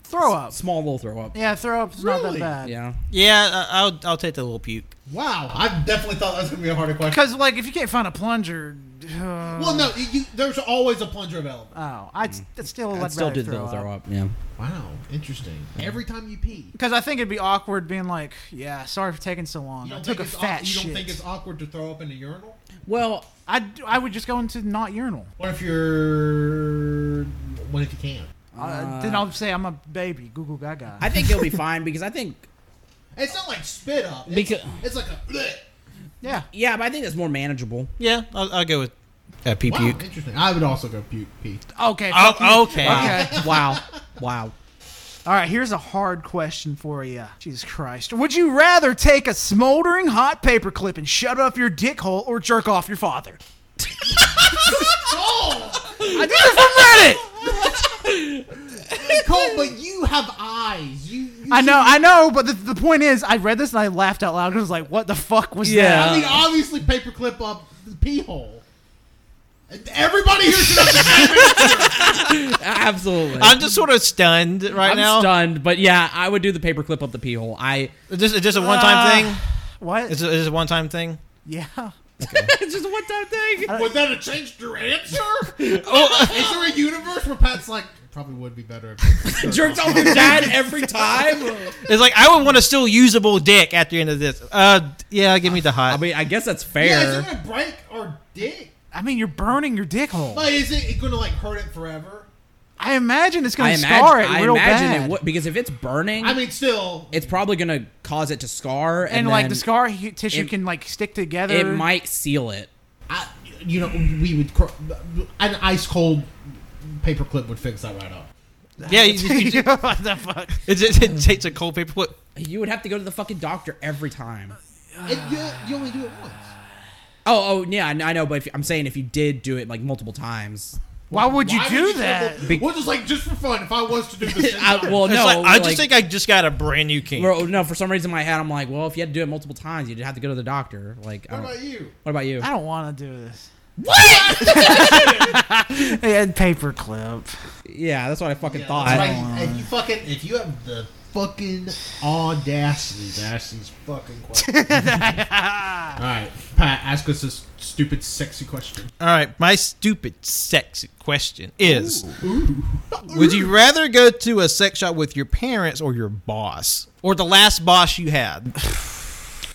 F: Throw up.
A: Small little throw up.
F: Yeah, throw up's not that
H: Really?
F: bad.
A: Yeah.
D: Yeah, I, I'll, I'll take the little puke.
H: Wow, I definitely thought that was gonna be a harder question.
F: Because like, if you can't find a plunger, uh,
H: Well, no, you, you, there's always a plunger available.
F: oh, I'd, s- I'd still
A: I'd
F: I'd
A: still do the
F: throw,
A: little throw up. Yeah.
H: Wow, interesting. Every time you pee,
F: Because I think it'd be awkward being like, yeah, sorry for taking so long.
H: you
F: I
H: don't,
F: took
H: think,
F: a
H: it's, au-
F: fat
H: you don't
F: shit.
H: think it's awkward to throw up in a urinal?
A: Well,
F: I I would just go into not urinal.
H: What if you're? What if you can't?
F: Uh, then I'll say I'm a baby, Google Gaga.
A: I think it'll be fine because I think.
H: It's not like spit up. It's,
A: Because-
H: it's like a. Bleh.
F: yeah,
A: Yeah, but I think that's more manageable.
D: Yeah, I'll, I'll go with uh, a pee
H: Wow,
D: puke.
H: Oh, interesting. I would also go puke pee.
F: okay,
A: Uh,
F: fuck you.
D: Oh, okay.
F: okay.
A: Wow. wow.
F: All right, here's a hard question for you. Jesus Christ. Would you rather take a smoldering hot paper clip and shut off your dick hole or jerk off your father?
H: Oh,
F: I did it from Reddit!
H: Cole, but you have eyes. You. you
F: I know, I know, but the, the point is, I read this and I laughed out loud because I was like, what the fuck was
A: Yeah.
H: I mean, obviously, paperclip up the pee hole. Everybody here should understand.
A: Absolutely.
D: I'm just sort of stunned right
A: I'm
D: now.
A: stunned, but yeah, I would do the paperclip up the pee hole. I
D: Is this, is this a one
A: Ah.
D: time thing?
F: that? What?
D: Is this, is this a one time thing?
F: yeah.
A: it's just a one time thing.
H: Would that have changed your answer?
F: Oh.
H: Is there a universe where Pat's like, probably would be better if
A: Jerked off your dad every time.
D: It's like I would want a still usable dick at the end of this. Uh, yeah, give me the
A: I
D: hot.
A: mean, I guess that's
H: Yeah, is
A: fair.
H: it gonna break our dick?
F: I mean, you're burning your dick hole.
H: Like, is it gonna like hurt it forever?
F: I imagine it's
A: I
F: going to
A: imagine.
F: scar it
A: I
F: real
A: imagine
F: bad.
A: it would because if it's burning,
H: I mean, still,
A: it's probably gonna cause it to scar, and,
F: and, like the
A: then
F: scar he- tissue
A: it-
F: can like stick together.
A: It might seal it.
H: I, you know, we would cr- an ice cold paperclip would fix that right up.
D: yeah, you, you, you,
F: what the fuck?
D: it, just- it takes a cold paper. What?
A: You would have to go to the fucking doctor every time.
H: And you, you only do it once.
A: Oh, oh, yeah, I I know, but if, I'm saying if you did do it like multiple times,
F: Why would you
H: Why
F: do
H: say,
F: that?
H: Well, we're just like just for fun. If I was to do this,
A: I, well,
D: It's
A: no,
D: like, I just
A: like-
D: think I just got a brand new king.
A: well, oh, no, for some reason in my head, I'm like, well, if you had to do it multiple times, you'd have to go to the doctor. Like, I
H: what
A: don't-
H: about you?
A: what about you?
F: I don't want to do this. What? and paperclip.
A: Yeah, that's what I fucking
H: Yeah,
A: thought.
H: that's right. If you fucking, if you have the fucking audacity to ask these fucking questions. All right, Pat, ask us this stupid, sexy question.
D: All right, my stupid sex question is: Would you rather go to a sex shop with your parents or your boss or the last boss you had?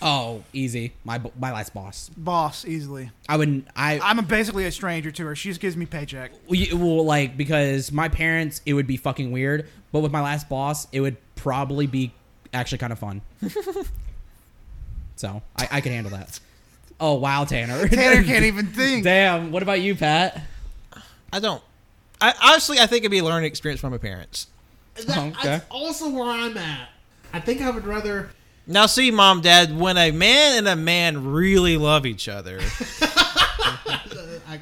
A: Oh, easy. My bo- my last boss.
F: Boss, easily.
A: I wouldn't. I
F: I'm basically a stranger to her. She just gives me paycheck.
A: we- well, like because my parents, it would be fucking weird. But with my last boss, it would probably be actually kind of fun. so I, I could handle that. Oh wow, Tanner.
F: Tanner can't even think.
A: Damn. What about you, Pat?
D: I don't. I honestly, I think it'd be a learning experience from my parents.
H: That,
A: Okay.
H: That's also where I'm at. I think I would rather.
D: Now, see, mom, dad, when a man and a man really love each other,
H: I,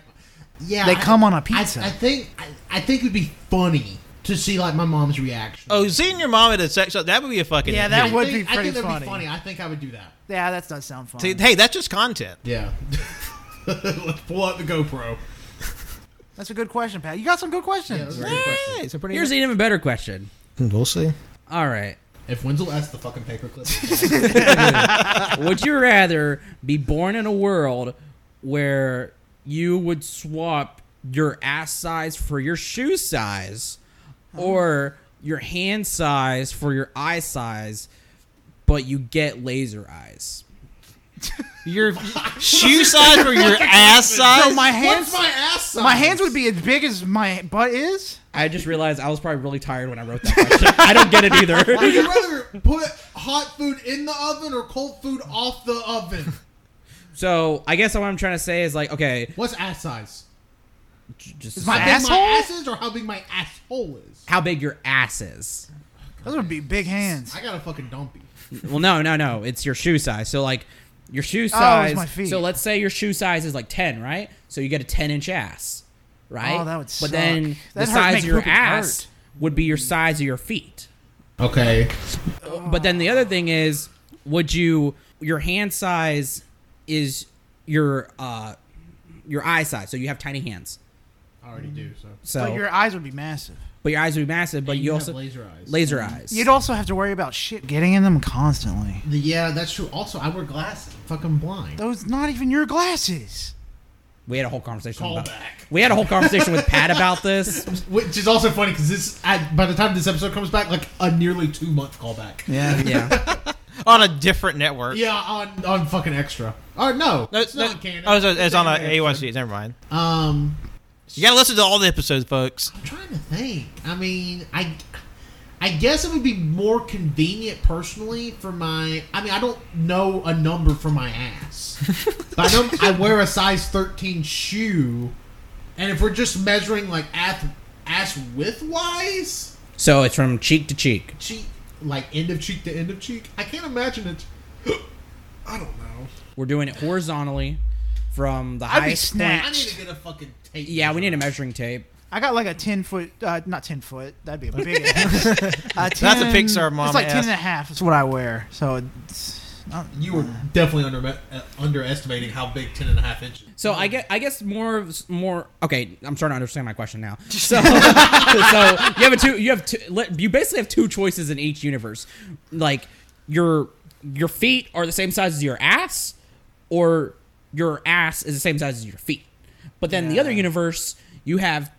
H: yeah,
F: They
H: I-
F: come on a
H: I,
F: pizza.
H: I think I, I think it'd be funny to see like my mom's reaction.
D: oh, seeing your mom at a sex shop, that would be a fucking.
F: Yeah, that
H: I
F: would
H: think-
F: be pretty
H: I think that'd
F: funny.
H: Be funny. I think I would do that.
F: yeah, that does sound fun.
D: See, hey, that's just content.
H: Yeah. Let's pull out the GoPro.
F: That's a good question, Pat. You got some good questions.
D: Hey, it's a pretty.
A: Here's an even better question.
D: we'll see.
A: All right.
H: If Wenzel asks the fucking paperclip,
A: Would you rather be born in a world where you would swap your ass size for your shoe size or your hand size for your eye size, but you get laser eyes?
D: Your shoe size or your ass
F: So
D: size?
F: Oh, my hands,
H: what's my ass size?
F: my hands would be as big as my butt is.
A: I just realized I was probably really tired when I wrote that question. I don't get it
H: Would
A: either.
H: you rather put hot food in the oven or cold food off the oven?
A: So I guess what I'm trying to say is like, okay,
H: What's ass size?
A: j- just
F: my
A: decide
H: Big
F: Asshole?
H: my ass is or how big my asshole is?
A: how big your ass is.
F: Those would be big hands.
H: I got a fucking dumpy.
A: Well, no, no, no. It's your shoe size. So like your shoe size.
F: Oh, it's my feet.
A: So let's say your shoe size is like ten, right? So you get a ten inch ass, right?
F: Oh, that would
A: But
F: suck.
A: then the
F: That'd hurt-
A: size
F: make
A: of your
F: pooping
A: ass
F: hurt.
A: would be your size of your feet.
H: Okay.
A: But then the other thing is, would you your hand size is your uh your eye size? So you have tiny hands.
H: I already do, so.
A: So
F: But your eyes would be massive.
A: eyes would be massive, but
H: And
A: you,
H: you have
A: also
H: laser eyes.
A: Laser eyes.
F: You'd also have to worry about shit getting in them constantly.
H: The- Yeah, that's true. Also, I wear glasses. I'm fucking blind.
F: Those not even your glasses.
A: we had a whole conversation
H: Call
A: about.
H: back.
A: We had a whole conversation with Pat about this.
H: Which is also funny because this, I, by the time this episode comes back, like a nearly two month callback.
F: Yeah.
A: Yeah,
D: on a different network.
H: Yeah, on on fucking extra. Or no,
D: No,
H: it's
D: no-
H: not canon.
D: Oh, it's, it's on a
H: Extra.
D: AYC. Never mind.
H: Um,
D: You gotta listen to all the episodes, folks.
H: I'm trying to think. I mean, I, I guess it would be more convenient personally for my. I mean, I don't know a number for my ass, but I know I wear a size 13 shoe, and if we're just measuring like ass, ass width wise,
A: so it's from cheek to cheek.
H: cheek like end of cheek to end of cheek, I can't imagine it. I don't know.
A: We're doing it horizontally from the
F: I'd be
A: highest
F: snapped.
H: I need to get a fucking tape.
A: Yeah, we need a measuring tape.
F: I got like a 10 foot, uh, not 10 foot. That'd be a big ass. Uh, 10,
D: That's a Pixar
F: It's
D: mama
F: like 10
D: ass.
F: and a half. That's what I wear. So it's not,
H: You were definitely under, uh, underestimating how big ten and a half inches.
A: So
F: Uh-huh.
A: I guess I guess more of- more okay. I'm trying to understand my question now. So so you have a two you have two li- you basically have two choices in each universe. Like your your feet are the same size as your ass, or your ass is the same size as your feet. But then the other universe, you have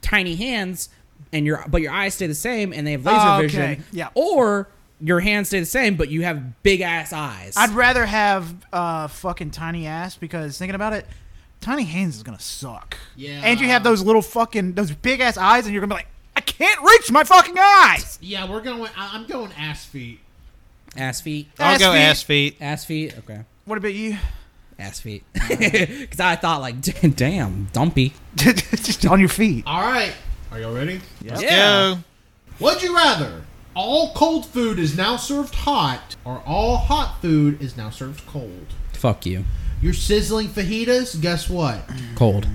A: tiny hands, and your but your eyes stay the same, and they have laser
F: Oh, okay.
A: vision.
F: Yeah.
A: Or your hands stay the same, but you have big ass eyes.
F: I'd rather have uh, fucking tiny ass because thinking about it, tiny hands is gonna suck.
H: Yeah.
F: And you have those little fucking those big ass eyes, and you're gonna be like, I can't reach my fucking eyes.
H: Yeah, we're going. I- I'm going ass feet.
A: ass feet.
D: I'll
F: Ass
D: go
F: feet.
D: ass feet.
A: Ass feet. Okay.
F: What about you?
A: ass feet because i thought like "Damn, damn dumpy
F: Just on your feet.
H: All right, are y'all ready?
A: yeah,
D: Yo.
H: Would you rather all cold food is now served hot, or all hot food is now served cold?
A: fuck you
H: You're sizzling fajitas. Guess what?
A: cold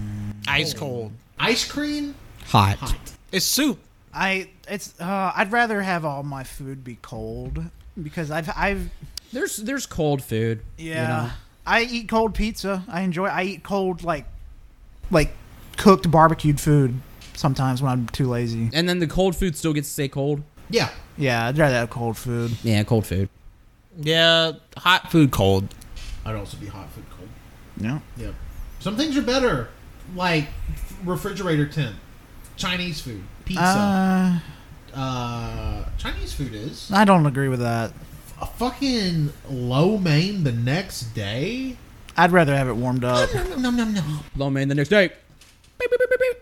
D: Ice cold.
H: Ice cream.
A: hot,
H: Hot.
D: It's soup.
F: I it's uh, I'd rather have all my food be cold because I've I've
A: there's there's cold food you
F: yeah
A: know?
F: I eat cold pizza. I enjoy. I eat cold like like cooked barbecued food sometimes when I'm too lazy.
A: and then the cold food still gets to stay cold
H: Yeah.
F: Yeah, I'd rather have cold food.
A: yeah cold food
D: Yeah, hot food cold.
H: I'd also be hot food cold.
F: Yeah.
H: Yeah. Some things are better, like refrigerator temp, Chinese food, pizza.
F: Uh,
H: Uh, Chinese food is
F: I don't agree with that.
H: a fucking low main the next day.
F: I'd rather have it warmed up.
H: Nom, nom, nom, nom.
A: low main the next day Beep, beep, beep, beep, beep.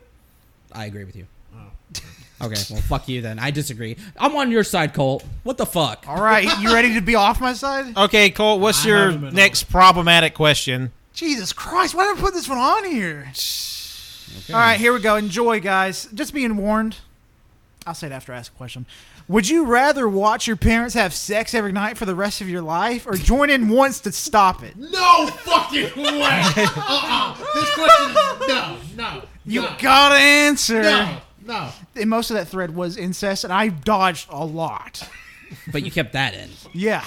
A: i agree with you
F: Oh.
A: okay well fuck you then i disagree i'm on your side colt what the fuck
F: All right, you ready to be off my side?
D: Okay, Cole, what's
H: I
D: your
H: haven't been
D: next problematic question?
F: Jesus Christ, why did I put this one on here? All right, here we go. Enjoy, guys. Just being warned. I'll say it after I ask a question. Would you rather watch your parents have sex every night for the rest of your life or join in once to stop it?
H: No fucking way. Uh-uh. This question is no, no.
F: You
H: no,
F: gotta answer.
H: no, no.
F: And most of that thread was incest, and I dodged a lot.
A: but you kept that in
F: Yeah.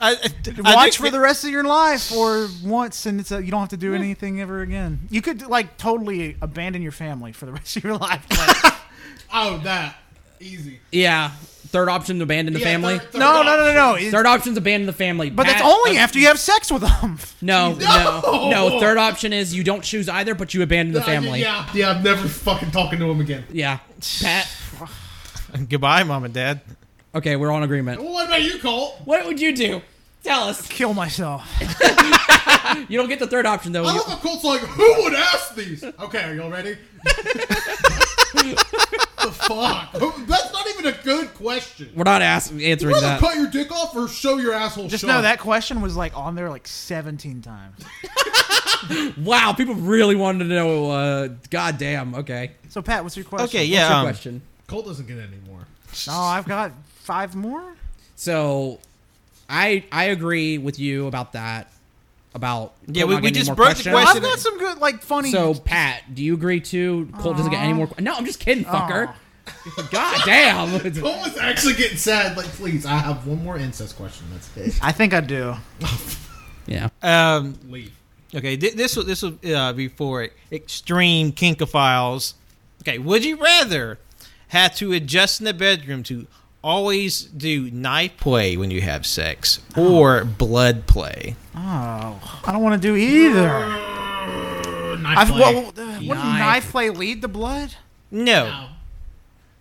D: I, I- I think
F: watch for
D: that-
F: the rest of your life or once and it's a, you don't have to do anything ever again you could like totally abandon your family for the rest of your life like-
H: Oh, that easy.
A: yeah third option abandon the
H: Yeah,
A: family
H: third- Uh, third
F: no no no no
H: option.
F: no It's-
A: third option's abandon the family
F: but that's
A: Pat- uh,
F: only after you have sex with them
A: No, no,
H: No!
A: no, Third option is you don't choose either, but you abandon the
H: Uh,
A: family. Yeah.
H: Yeah, yeah. I'm never fucking talking to him again.
A: Pat.
D: Goodbye, mom and dad.
A: Okay, we're all in agreement.
H: Well, what about you, Colt?
A: What would you do? Tell us.
F: kill myself
A: You don't get the third option though.
H: I
A: You-
H: love how Colt's like, who would ask these? Okay, are y'all ready? the fuck? Who- That's not even a good question.
A: we're not ask- answering
H: Rather
A: that.
H: cut your dick off or show your asshole
F: just
H: shut?
F: know that question was like on there like 17 times
A: Wow, people really wanted to know. Uh, God damn. Okay.
F: so pat what's your question
D: Okay,
A: What's your
D: yeah. um,
A: question.
H: Colt doesn't get any more.
F: no i've got five more
A: So, I I agree with you about that. About
D: Yeah,
A: Colt
D: we-
A: not
D: we
A: getting any
D: just
A: more
D: broke the
A: questions.
F: i've got some good like funny
A: So Pat, do you agree too? Colt doesn't get any more. que- No, I'm just kidding, fucker. God damn.
H: Colt was actually getting sad. Like, please, I have one more incest question. That's it.
F: i think i do
A: yeah.
D: Um,
H: Leave.
D: okay, thi- this will this will uh, be for extreme kinkophiles. Okay, would you rather have to adjust in the bedroom to always do knife play when you have sex
A: Oh.
D: or blood play?
F: oh i don't want to do either
H: Knife
F: I've,
H: play.
F: well, uh, what did
A: Knife.
F: knife play lead to blood
D: No.
H: Ow.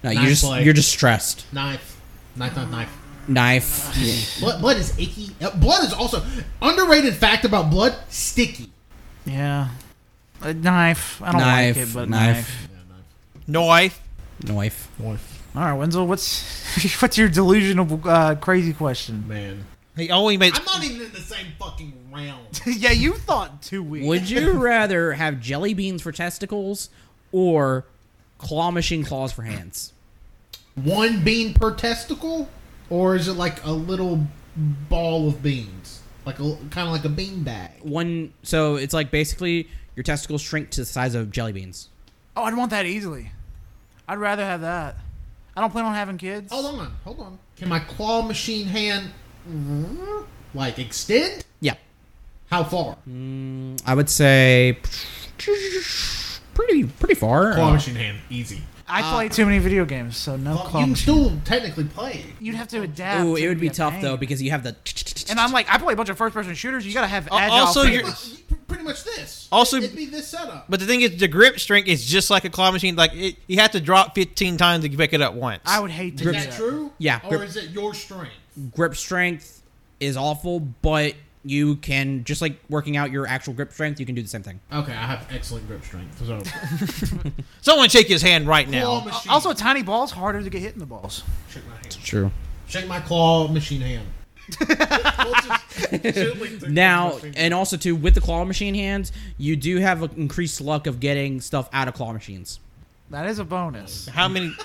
A: No,
H: Knife
A: you're just
H: play.
A: you're just stressed.
H: Knife. Knife, knife, knife.
A: Knife.
H: Blood, blood is icky. Uh, Blood is also underrated fact about blood. Sticky.
F: Yeah. A knife. I don't
A: knife,
F: like it, but knife.
A: knife.
D: Knife.
A: Knife.
F: All right, Wenzel, what's what's your delusional uh, crazy question?
H: Man,
D: He only makes
H: I'm not even in the same fucking realm.
F: yeah, you thought two weeks.
A: Would you rather have jelly beans for testicles or claw machine claws for hands?
H: one bean per testicle, or is it like a little ball of beans, like a kind of like a bean bag?
A: One. So it's like basically your testicles shrink to the size of jelly beans.
F: Oh, I'd want that easily. I'd rather have that. I don't plan on having kids.
H: Hold on, hold on. Can my claw machine hand like extend?
A: Yeah.
H: How far?
A: I would say pretty pretty far.
H: Claw
A: Uh,
H: machine hand, easy.
F: I play too many video games, so no
H: Well,
F: clump.
H: you can still technically play.
F: You'd have to adapt.
A: ooh,
F: to
A: it would be
F: a
A: tough
F: pain.
A: though because you have the.
F: And I'm like, I play a bunch of first-person shooters. You gotta have agile.
D: also you're-
F: fingers.
H: Well, you- Pretty much this.
D: Also-
H: it'd be this setup.
D: But the thing is, the grip strength is just like a claw machine. Like it, you have to drop 15 times to pick it up once.
F: I would hate to.
H: Is
F: do
H: that
F: that.
H: true?
A: Yeah,
H: Or
A: grip-
H: is it your strength?
A: grip strength is awful, but you can just like working out your actual grip strength, you can do the same thing.
H: Okay, I have excellent grip strength. So
D: Someone shake his hand right
H: claw
D: now.
H: machine.
F: Also, tiny balls harder to get hit in the balls.
H: shake my hand.
A: True.
H: Shake my claw machine hand. We'll just gently take
A: Now
H: my finger.
A: and also too with the claw machine hands, you do have an increased luck of getting stuff out of claw machines.
F: That is a bonus.
D: How many?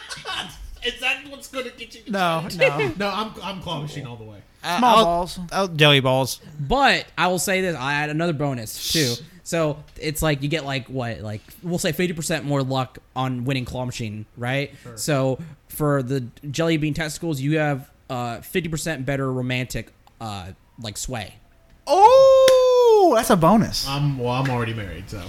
H: is that what's going to get you?
F: No, no,
H: No, I'm I'm claw machine all the way.
F: small
D: I'll-
F: balls.
D: Oh, jelly balls.
A: But I will say this, I add another bonus too. So it's like you get like what like we'll say fifty percent more luck on winning claw machine, right? So for the jelly bean testicles, you have uh fifty percent better romantic uh like sway.
F: Oh, that's a bonus.
H: I'm well. I'm already married, so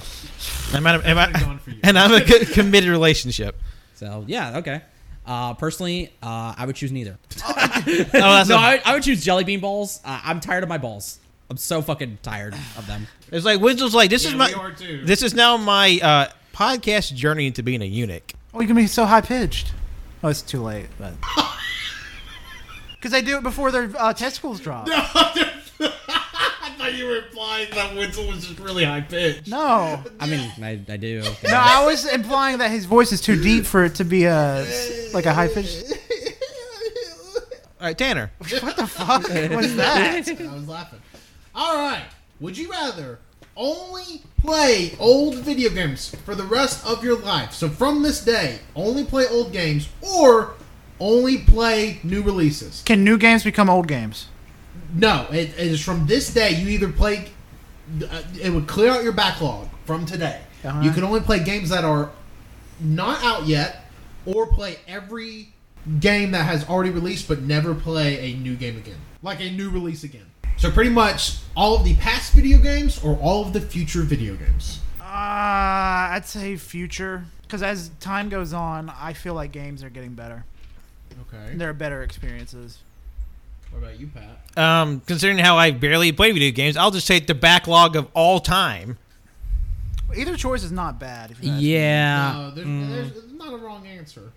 D: I'm out of, am I,
H: gone for you.
D: and I'm a good committed relationship.
A: So yeah, okay. Uh, personally, uh, I would choose neither.
D: Oh, that's
A: No,
D: a-
A: I would, I would choose jelly bean balls. Uh, I'm tired of my balls. I'm so fucking tired of them.
D: it's like Winslow's like this is
H: Yeah,
D: my
H: we are too.
D: this is now my uh, podcast journey into being a eunuch.
F: Oh, you can be so high pitched. Oh, it's too late, but. Because they do it before their uh, testicles drop. No.
H: I thought you were implying that Winslow was just really high pitched.
F: No,
A: I mean, I, I do.
F: I was implying that his voice is too deep for it to be a like a high pitched.
D: All right, Tanner.
F: What's that?
H: I was laughing. All right. Would you rather only play old video games for the rest of your life? So from this day, only play old games, or only play new releases?
F: Can new games become old games?
H: No, it, it is from this day. You either play. Uh, it would clear out your backlog from today.
F: Uh-huh.
H: You can only play games that are not out yet, or play every game that has already released, but never play a new game again, like a new release again. So pretty much all of the past video games or all of the future video games.
F: Uh, I'd say future. Because as time goes on, I feel like games are getting better.
H: Okay.
F: They're better experiences.
H: What about you, Pat?
D: Um, considering how I barely play video games, I'll just take the backlog of all time.
F: Either choice is not bad. If you ask me.
A: yeah.
H: No, Uh, there's, there's not a wrong answer.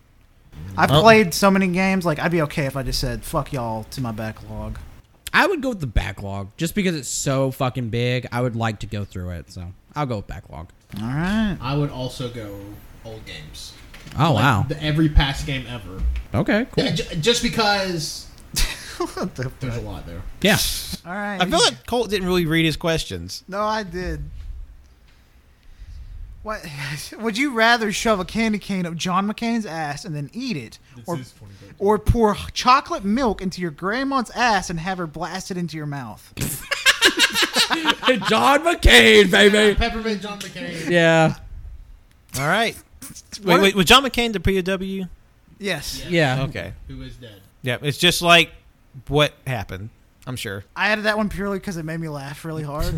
F: I've
D: Oh.
F: played so many games. Like I'd be okay if I just said "fuck y'all" to my backlog.
A: I would go with the backlog just because it's so fucking big. I would like to go through it, so I'll go with backlog.
F: All right.
H: I would also go old games.
A: Oh wow.
H: The, every past game ever.
A: Okay. Cool.
H: Yeah, ju- just because there's a lot there.
A: Yeah.
F: All right.
D: I feel like Colt didn't really read his questions.
F: no, I did. What would you rather shove a candy cane up John McCain's ass and then eat it, or or pour chocolate milk into your grandma's ass and have her blast it into your mouth?
A: John McCain, baby.
H: Peppermint John McCain.
A: Yeah.
D: All right. Wait, wait, was John McCain the POW?
F: Yes.
A: Yeah.
D: Okay.
H: Who is dead?
D: Yeah, it's just like what happened. I'm sure.
F: I added that one purely because it made me laugh really hard.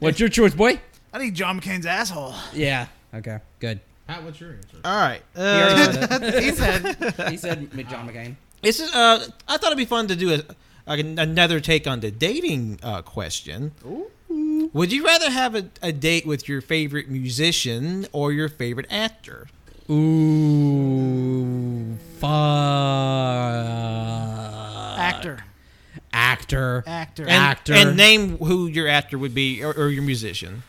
A: What's your choice, boy?
F: I need John McCain's asshole.
A: Yeah. Okay. Good.
H: Pat, what's your answer?
D: All right.
A: He
D: Uh,
A: already said it.
F: he said.
A: He said mid John McCain.
D: this is. Uh, I thought it'd be fun to do a, a, another take on the dating uh, question. Would you rather have a, a date with your favorite musician or your favorite actor?
A: Ooh, fuck.
F: Actor.
A: Actor.
F: Actor.
A: And,
F: And-
A: actor.
D: And name who your actor would be or, or your musician.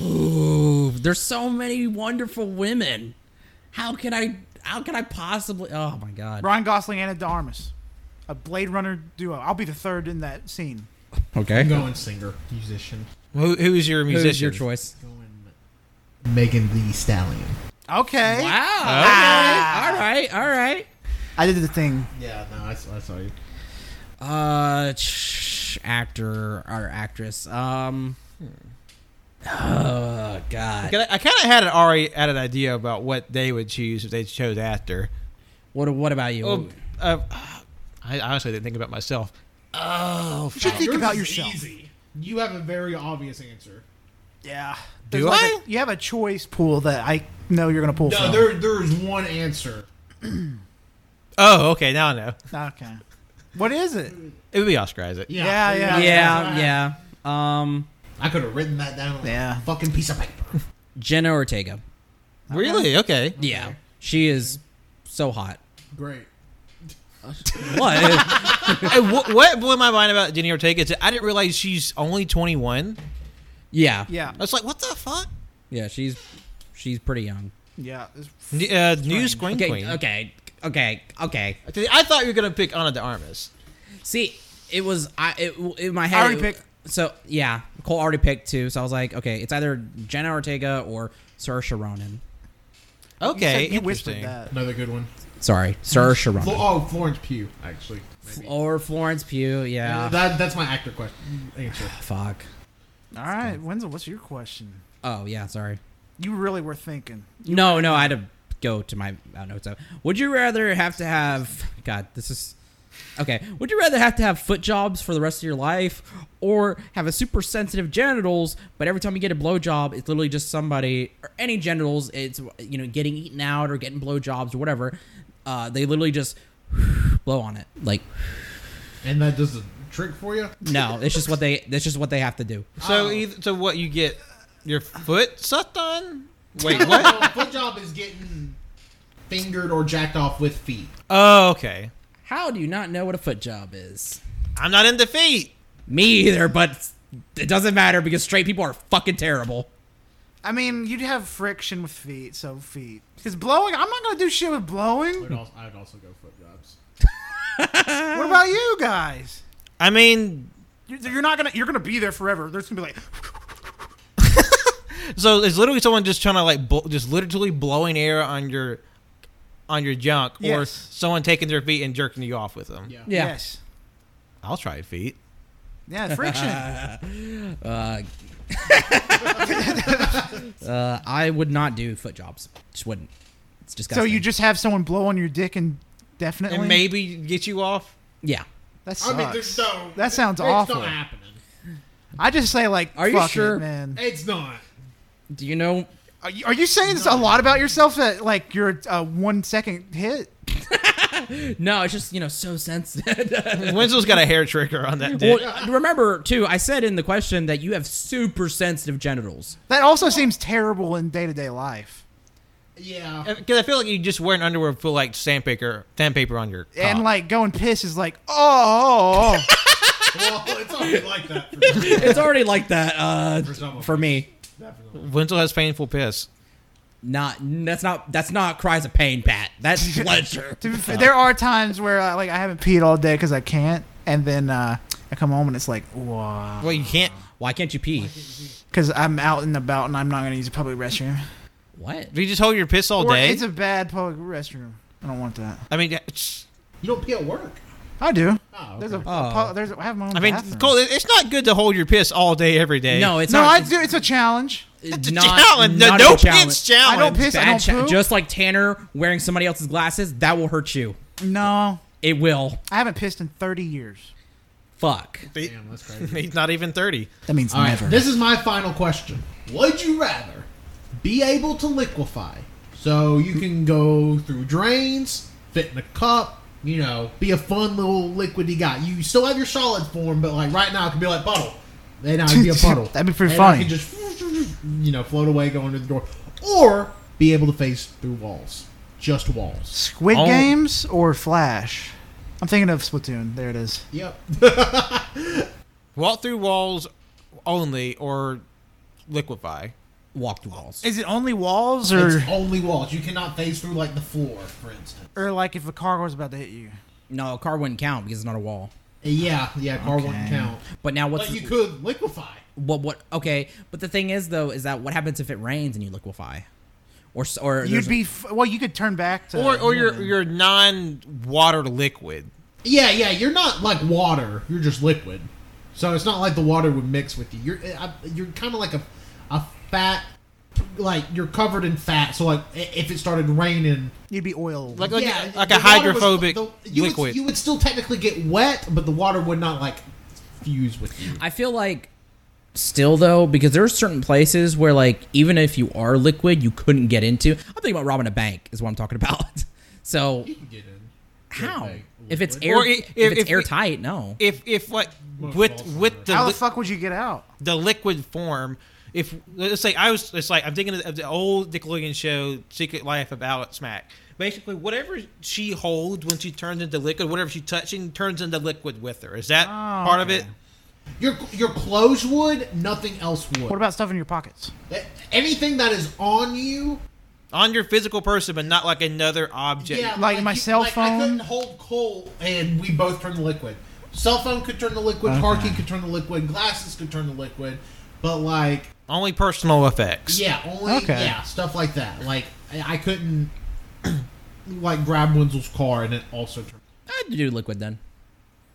A: Ooh, there's so many wonderful women. How can I? How can I possibly? Oh my god.
F: Ryan Gosling and Anna De Armas, a Blade Runner duo. I'll be the third in that scene.
A: Okay.
H: Going singer, musician,
D: Who, who is your musician?
A: Who's your choice?
H: going Megan the Stallion.
F: Okay.
A: Wow. All right. All right.
F: I did the thing.
H: Yeah, no, I, saw- I saw you.
A: Uh, sh- actor or actress. Um. Hmm. Oh god. got?
D: I, I kind of had an already had an idea about what they would choose if they chose after.
A: What What about you?
D: Oh, uh, I honestly didn't think about myself. Oh,
F: You should think
H: Yours
F: about
H: is
F: yourself.
H: Easy. You have a very obvious answer.
F: Yeah.
D: Do
F: There's like
D: I?
F: a- you have a choice pool that I know you're gonna pull
H: No,
F: from.
H: there there's one answer.
D: oh, okay, now I know.
F: okay. What is it?
D: It would be Oscarize it.
F: Yeah, yeah.
A: yeah, yeah. Um,
H: I could have written that down. On
F: Yeah.
H: A fucking piece of paper.
A: Jenna Ortega.
D: Really? Okay.
A: Yeah, she is so hot.
H: Great.
A: What?
D: Hey, wh- what blew my mind about Jenny Ortega is that I didn't realize she's only 21.
A: yeah,
F: Yeah.
D: I was like, what the fuck?
A: yeah. She's she's pretty young.
F: Yeah. It's-
D: N- uh, new Screen
A: Okay,
D: Queen.
A: okay, okay, okay.
D: I thought you were gonna pick Ana de Armas.
A: See, it was I it, in my head.
F: already
A: it-
F: picked.
A: So yeah, Cole already picked too. So I was like, okay, it's either Jenna Ortega or Saoirse Ronan.
F: You said
D: Okay,
F: you whispered
D: interesting.
F: that.
H: Another good one.
A: Sorry, Saoirse
H: Flo-
A: Ronan
H: oh, Florence Pugh, actually. Maybe.
A: or Florence Pugh. Yeah.
H: That, that's my actor question answer.
A: Fuck.
F: All right, Wenzel. What's your question?
A: Oh yeah, sorry.
F: You really were thinking.
A: No, no, I had to go to my uh, notes. Up. Would you rather have to have? God, this is okay. Would you rather have to have foot jobs for the rest of your life, or have a super sensitive genitals, but every time you get a blowjob, it's literally just somebody or any genitals. It's you know getting eaten out or getting blowjobs or whatever. Uh, they literally just blow on it. Like
H: And that does the trick for you?
A: no, it's just what they. That's just what they have to do.
F: Oh.
D: So, either, so what you get your foot sucked on? Wait,
H: Well,
D: what?
H: foot job is getting fingered or jacked off with feet.
D: oh, okay.
A: How do you not know what a foot job is?
D: I'm not in defeat.
A: Me either, but it doesn't matter because straight people are fucking terrible.
F: I mean, you'd have friction with feet, so feet. Because blowing, I'm not gonna do shit with blowing.
H: I'd also, I'd also go foot jobs.
F: What about you guys?
D: I mean,
F: You're, you're not gonna. You're gonna be there forever. There's gonna be like,
D: so it's literally someone just trying to like bl- just literally blowing air on your on your junk, or
F: Yes.
D: someone taking their feet and jerking you off with them.
H: Yeah.
A: Yeah.
F: yes,
D: I'll try feet.
F: yeah, friction.
A: Uh, I would not do foot jobs. Just wouldn't. It's
F: so
A: disgusting.
F: you just have someone blow on your dick and definitely.
D: And maybe get you off.
A: yeah.
F: that
H: I
F: sucks.
H: mean, there's no.
F: That sounds
H: it's
F: awful.
H: not happening.
F: I just say like,
A: Are you
F: fuck
A: sure?
F: it, man.
H: It's not.
A: Do you know?
F: Are you, are you saying this a lot about yourself that like you're a one second hit?
A: No, it's just you know so sensitive.
D: Wenzel's got a hair trigger on that dick.
A: well, uh, remember too, I said in the question that you have super sensitive genitals.
F: That also seems terrible in day to day life.
H: Yeah.
D: Because I feel like you just wear an underwear full like sandpaper, sandpaper on your. Cock.
F: And like going piss is like, oh, oh,
H: well, it's always like that for me.
A: It's already like that uh,
H: For some of
A: for
H: us.
A: me.
H: Definitely.
D: Wenzel has painful piss.
A: Not that's not that's not cries of pain, Pat. That's pleasure.
F: oh. To be fair, there are times where uh, like I haven't peed all day because I can't, and then uh, I come home and it's like, wow,
D: Well, you can't.
A: Why can't you pee?
F: because I'm out and about and I'm not gonna use a public restroom.
A: What?
D: If you just hold your piss all
F: Or
D: day.
F: it's a bad public restroom. I don't want that.
D: I mean, it's-
H: You don't pee at work.
F: I do.
H: Oh, okay.
F: There's a, a
A: Oh.
F: pu- there's a, I have my own
D: I mean,
F: bathroom.
D: Cole, it- it's not good to hold your piss all day every day.
A: No, it's
F: no,
A: not.
F: I do. It's a challenge.
D: it's a
A: not-
D: challenge.
A: not a
D: no
A: good challenge.
D: piss challenge.
F: I don't piss. I
A: Bad
F: don't
A: cha-
F: poop.
A: just like Tanner wearing somebody else's glasses, that will hurt you.
F: no,
A: It will.
F: I haven't pissed in 30 years.
A: Fuck.
H: Damn, that's crazy.
D: He's not even thirty.
F: That means
H: All right,
F: never.
H: this is my final question. Would you rather be able to liquefy so you can go through drains, fit in a cup, you know, be a fun little liquidy guy? You still have your solid form, but like right now it could be like puddle. Then I could be a puddle.
F: That'd be pretty
H: And I
F: funny.
H: could just, you know, float away, go under the door. Or be able to face through walls. Just walls.
F: Squid
D: Only-
F: Games or Flash? I'm thinking of Splatoon. There it is.
H: Yep.
D: Walk through walls only, or liquefy.
A: Walk the walls.
F: Is it only walls or
H: it's only walls. You cannot phase through like the floor, for instance. Uh,
F: or like if a car was about to hit you?
A: No, a car wouldn't count because it's not a wall.
H: Yeah, yeah, car wouldn't
F: Okay.
H: count.
A: But now what's
H: But you could liquefy.
A: what what okay? But the thing is though is that what happens if it rains and you liquefy, or s- or there's
F: You'd
A: a-
F: be f- well. You could turn back to
D: Or or your
F: human.
D: your non water liquid.
H: Yeah, yeah, you're not like water. You're just liquid. uh, So it's not like the water would mix with you. You're I, you're kind of like a a fat like you're covered in fat. So like i- if it started raining,
F: You'd be oil.
D: Like, like,
H: yeah,
D: like a
H: the water was-
D: hydrophobic
H: the- you
D: liquid.
H: Would, you would still technically get wet, but the water would not like fuse with you.
A: I feel like still though, because there are certain places where like even if you are liquid, you couldn't get into. I'm thinking about robbing a bank is what I'm talking about. so
H: You can get in.
A: how
H: bank,
A: if it's
H: liquid.
A: air
D: Or i-
A: if,
D: if-
A: it's
D: if-
A: airtight? No.
D: if if like
H: Most
D: with
H: falls
D: with
H: under.
D: the
F: How
D: li-
F: the fuck would you get out?
D: the liquid form. If let's say I was, it's like I'm thinking of the old Nickelodeon show Secret Life of Alex Mack. Basically, whatever she holds when she turns into liquid, whatever she touching turns into liquid with her. Is that part of it?
H: Your your clothes would, nothing else would.
F: What about stuff in your pockets?
H: anything that is on you?
D: On your physical person, but not like another object.
H: Yeah,
F: Like my
H: you-
F: cell
H: like, I couldn't
F: phone?
H: hold coal, and we both turn the liquid. Cell phone could turn the liquid. Car key could turn the liquid. Glasses could turn the liquid. But like,
D: Only personal effects.
H: yeah, only
F: Okay.
H: yeah stuff like that. Like I, I couldn't like grab Wenzel's car and it also turned.
A: I'd do liquid then.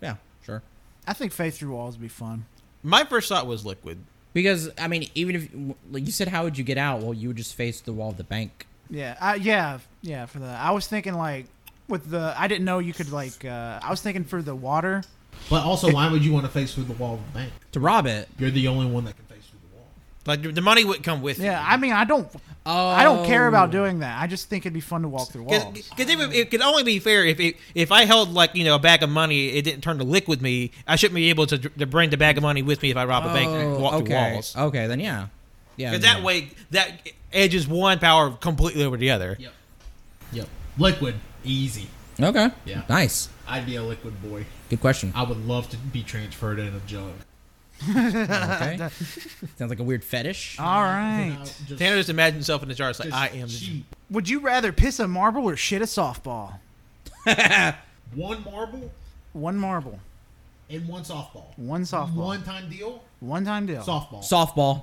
A: Yeah, sure.
F: I think faith through walls would be fun.
D: My first thought was liquid.
A: Because I mean, even if like you said, how would you get out? Well, you would just face the wall of the bank.
F: Yeah, I, yeah, yeah. For the I was thinking like with the I didn't know you could like uh, I was thinking for the water.
H: But also, why would you want to face through the wall of the bank?
A: To rob it.
H: You're the only one that can face through the wall.
D: Like the money would come with
F: Yeah,
D: you.
F: I mean I don't I don't care about doing that. I just think it'd be fun to walk through walls.
D: Because it, would- it could only be fair if it, if I held like you know a bag of money, it didn't turn to liquid me. I shouldn't be able to, dr- to bring the bag of money with me if I rob a bank and walk
A: Oh, okay.
D: through walls.
A: Okay, then yeah, yeah.
D: 'Cause
A: yeah.
D: that way that edges one power completely over the other.
H: Yep. Yep. Liquid, easy.
A: Okay.
H: Yeah.
A: Nice.
H: I'd be a liquid boy.
A: Good question.
H: I would love to be transferred in a jug.
A: Okay. Sounds like a weird fetish.
F: All
H: You
F: right.
H: know, just-
D: Tanner just imagined himself in the jar. It's like
H: just
D: I am.
H: cheap.
F: Would you rather piss a marble or shit a softball?
H: one marble
F: One marble,
H: and one softball.
F: one softball, one,
H: One time deal.
F: time deal.
H: Softball.
A: Softball.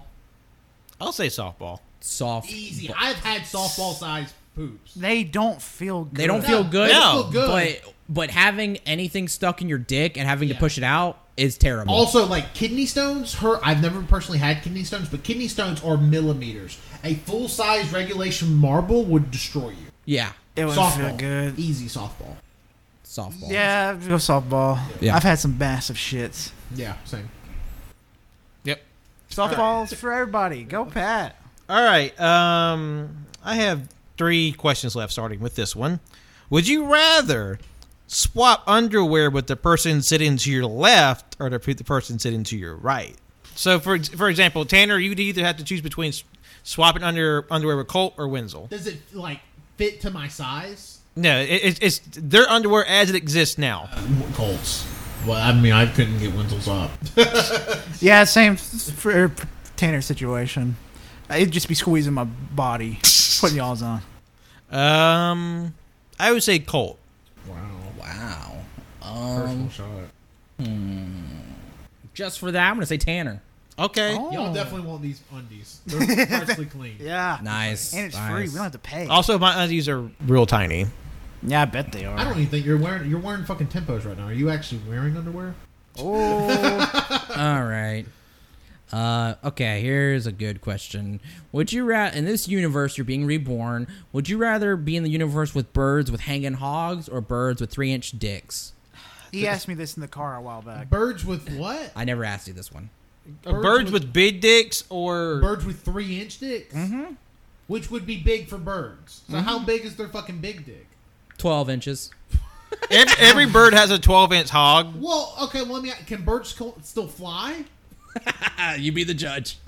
D: I'll say softball.
A: Soft.
H: easy. I've had softball sized poops.
F: They don't feel good.
A: They don't feel good.
H: They
D: No,
H: feel good.
A: But but having anything stuck in your dick and having
H: Yeah.
A: to push it out is terrible.
H: Also, like kidney stones, her I've never personally had kidney stones, but kidney stones are millimeters. A full size regulation marble would destroy you.
A: yeah.
F: It would feel
H: Softball,
F: good.
H: easy softball.
A: Softball.
F: Yeah, go softball.
A: Yeah.
F: I've had some massive shits.
H: Yeah, same.
D: Yep.
F: Softballs for everybody. Go Pat.
D: All right. Um, I have three questions left, starting with this one. Would you rather swap underwear with the person sitting to your left or the, pe- the person sitting to your right? So, for ex- for example, Tanner, you'd either have to choose between s- swapping under underwear with Colt or Wenzel.
H: Does it like fit to my size?
D: No, it, it's- it's their underwear as it exists now.
H: Colts. Well, I mean, I couldn't get Wenzel's up.
F: Yeah, same f- for Tanner situation. It'd just be squeezing my body, putting y'all's on.
D: Um, I would say Colt.
H: Wow. Um,
A: Wow.
H: Personal shot.
A: Just for that, I'm gonna say Tanner.
D: Okay.
H: Y'all definitely want these undies. They're partially clean.
F: Oh. Yeah.
A: Nice.
F: And it's
A: nice.
F: free. We don't have to pay.
D: Also, my undies are real tiny.
F: yeah, I bet they
H: I
F: are.
H: don't even think you're wearing you're wearing fucking tempos right now. Are you actually wearing underwear?
F: Oh,
A: All right. Uh, okay, here's a good question. Would you rather, in this universe, you're being reborn, would you rather be in the universe with birds with hanging hogs or birds with three inch dicks?
F: he asked me this in the car a while back.
H: Birds with what?
A: I never asked you this one.
D: Birds,
H: Birds
D: with, big dicks or
H: Birds with three inch dicks, mm-hmm. which would be big for birds. So
F: Mm-hmm.
H: how big is their fucking big dick?
A: 12 inches.
D: every, every bird has a 12 inch hog.
H: Well, okay. Well, let me. Can birds co- still fly?
A: Ah, you be the judge.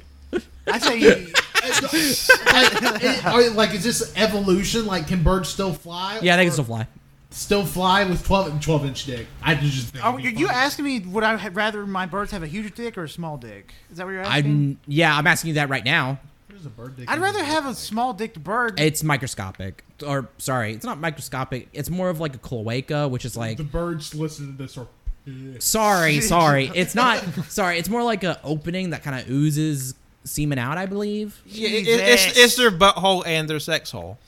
F: I say you,
H: like, it- are- like, is this evolution? Like, can birds still fly?
A: Yeah, they can
H: Or
A: still fly.
H: Still fly with 12, 12 inch dick. I just think
F: oh,
H: it'd be
F: you
H: funny.
F: asking me would I ha- rather my birds have a huge dick or a small dick? Is that what you're asking?
A: I'm, yeah, I'm asking you that right now.
H: What is a bird dick
F: i would
H: even
F: rather
H: look
F: have a
H: like?
F: small dicked bird.
A: It's microscopic. Or, sorry, it's not microscopic. It's more of like a cloaca, which is like
H: the birds. Listen to this. Or pissed.
A: Sorry, sorry. It's not sorry. It's more like a opening that kind of oozes semen out, I believe.
D: Yeah, it, it- it's,
F: Jesus.
D: it's their butthole and their sex hole.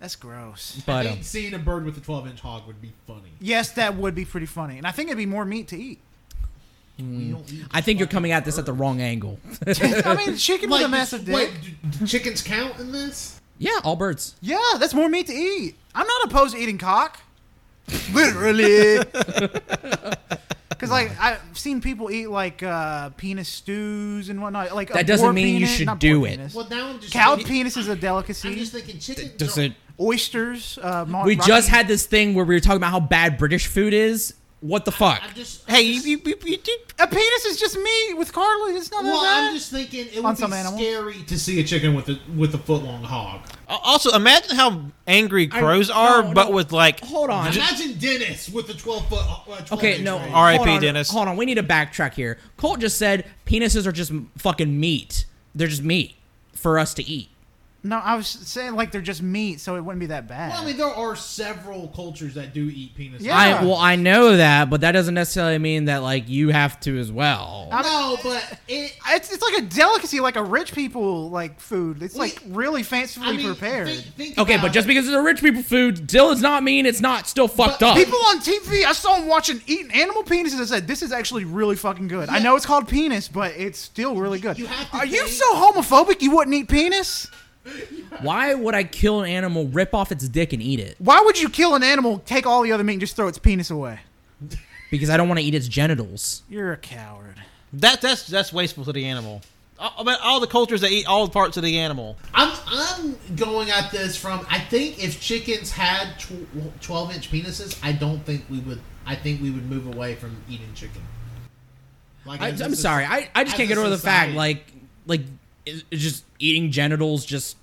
F: That's gross.
A: But
H: I
A: um,
H: think seeing a bird with a twelve inch hog would be funny.
F: Yes, that would be pretty funny, and I think it'd be more meat to eat.
H: We don't eat
A: I think you're coming at this at the wrong angle.
F: I mean, chicken with a massive dick.
H: Wait, do, do chickens count in this?
A: yeah, all birds.
F: Yeah, that's more meat to eat. I'm not opposed to eating cock. Literally. Because, like, I've seen people eat, like, uh, penis stews and whatnot. Like, a
A: That doesn't
F: boar
A: mean you
F: penis-
A: should
F: not
A: do
F: boar
A: it.
F: penis.
H: Well, now I'm just
F: Cow
H: thinking-
F: penis is a
H: I'm
F: delicacy.
H: just thinking chickens.
A: Does
H: don't-
A: it?
F: Oysters. Uh, Mont-
A: We
F: Rocky-
A: just had this thing where we were talking about how bad British food is. What the fuck?
H: I'm just.
D: Hey,
H: I'm
D: you,
H: just-
D: you, you, you did.
F: A penis is just meat with cartilage. It's not
H: Well,
F: that
H: I'm just thinking it would
F: On
H: be
F: some animals.
H: scary to see a chicken with a with a foot long hog.
D: Also, imagine how angry
A: I-
D: crows are,
A: no,
D: but
A: no.
D: with like.
A: Hold on.
H: Imagine Dennis with a twelve foot. Uh, 12
A: Okay,
H: inch
A: no.
H: range.
D: right. R.I.P.
A: hold on,
D: Dennis.
A: Hold on, we need to backtrack here. Colt just said penises are just m- fucking meat. They're just meat for us to eat.
F: No, I was saying, like, they're just meat, so it wouldn't be that bad.
H: Well, I mean, there are several cultures that do eat penis.
F: Yeah.
A: I well, I know that, but that doesn't necessarily mean that like you have to as well.
H: No, but it.
F: it's, it's like a delicacy, like a rich people like food. It's like really fancifully
H: I mean,
F: prepared.
H: Think, think
A: Okay,
H: about
A: but just
H: it.
A: because it's a rich people food still does not mean it's not still fucked up.
F: People on TV, I saw them watching eating animal penises. I said, "This is actually really fucking good." I know it's called penis, but it's still really good.
H: You have to
F: Are you
H: think-
F: so homophobic you wouldn't eat penis?
A: Why would I kill an animal, rip off its dick, and eat it?
F: Why would you kill an animal, take all the other meat, and just throw its penis away?
A: Because I don't want to eat its genitals.
F: You're a coward.
D: That, that's, that's wasteful to the animal. All, about all the cultures that eat all parts of the animal.
H: I'm I'm going at this from I think if chickens had tw- twelve inch penises, I don't think we would. I think we would move away from eating chicken. Like
A: I,
H: as a
A: I'm
H: soc-
A: sorry. I, I just
H: as
A: can't
H: a
A: get over the
H: society.
A: fact like like it's just eating genitals. Just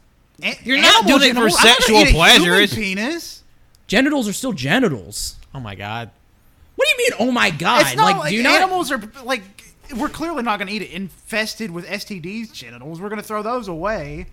F: A-
D: You're not
F: animals
D: doing it
F: and
D: for
F: animals- I'm not
D: sexual
F: gonna eat a
D: pleasure,
F: human
D: is-
F: penis.
A: genitals are still genitals.
D: Oh my god.
A: What do you mean? Oh my god!
F: It's not
A: like,
F: like,
A: do you not-
F: animals are like. We're clearly not going to eat it infested with STDs genitals. We're going to throw those away.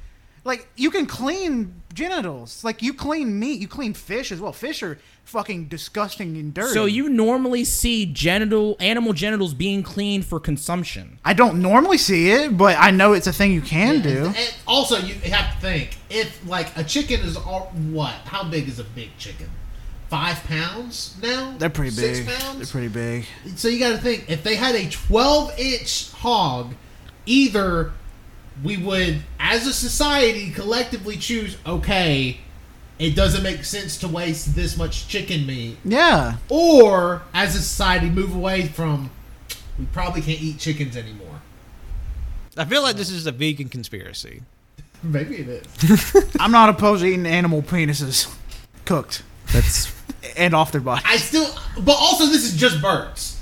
F: Like you can clean genitals. Like you clean meat. You clean fish as well. Fish are fucking disgusting and dirty.
A: So you normally see genital animal genitals being cleaned for consumption.
F: I don't normally see it, but I know it's a thing you can do.
H: And also, you have to think if like a chicken is all what? How big is a big chicken? Five pounds now?
F: They're pretty big.
H: Six pounds.
F: They're pretty big.
H: so you got to think if they had a 12 inch hog, either we would, as a society, collectively choose okay, it doesn't make sense to waste this much chicken meat,
F: Yeah.
H: or as a society, move away from we probably can't eat chickens anymore.
D: I feel like this is a vegan conspiracy.
H: Maybe it is.
F: I'm not opposed to eating animal penises cooked
A: That's
F: and off their body.
H: I still, but also this is just birds,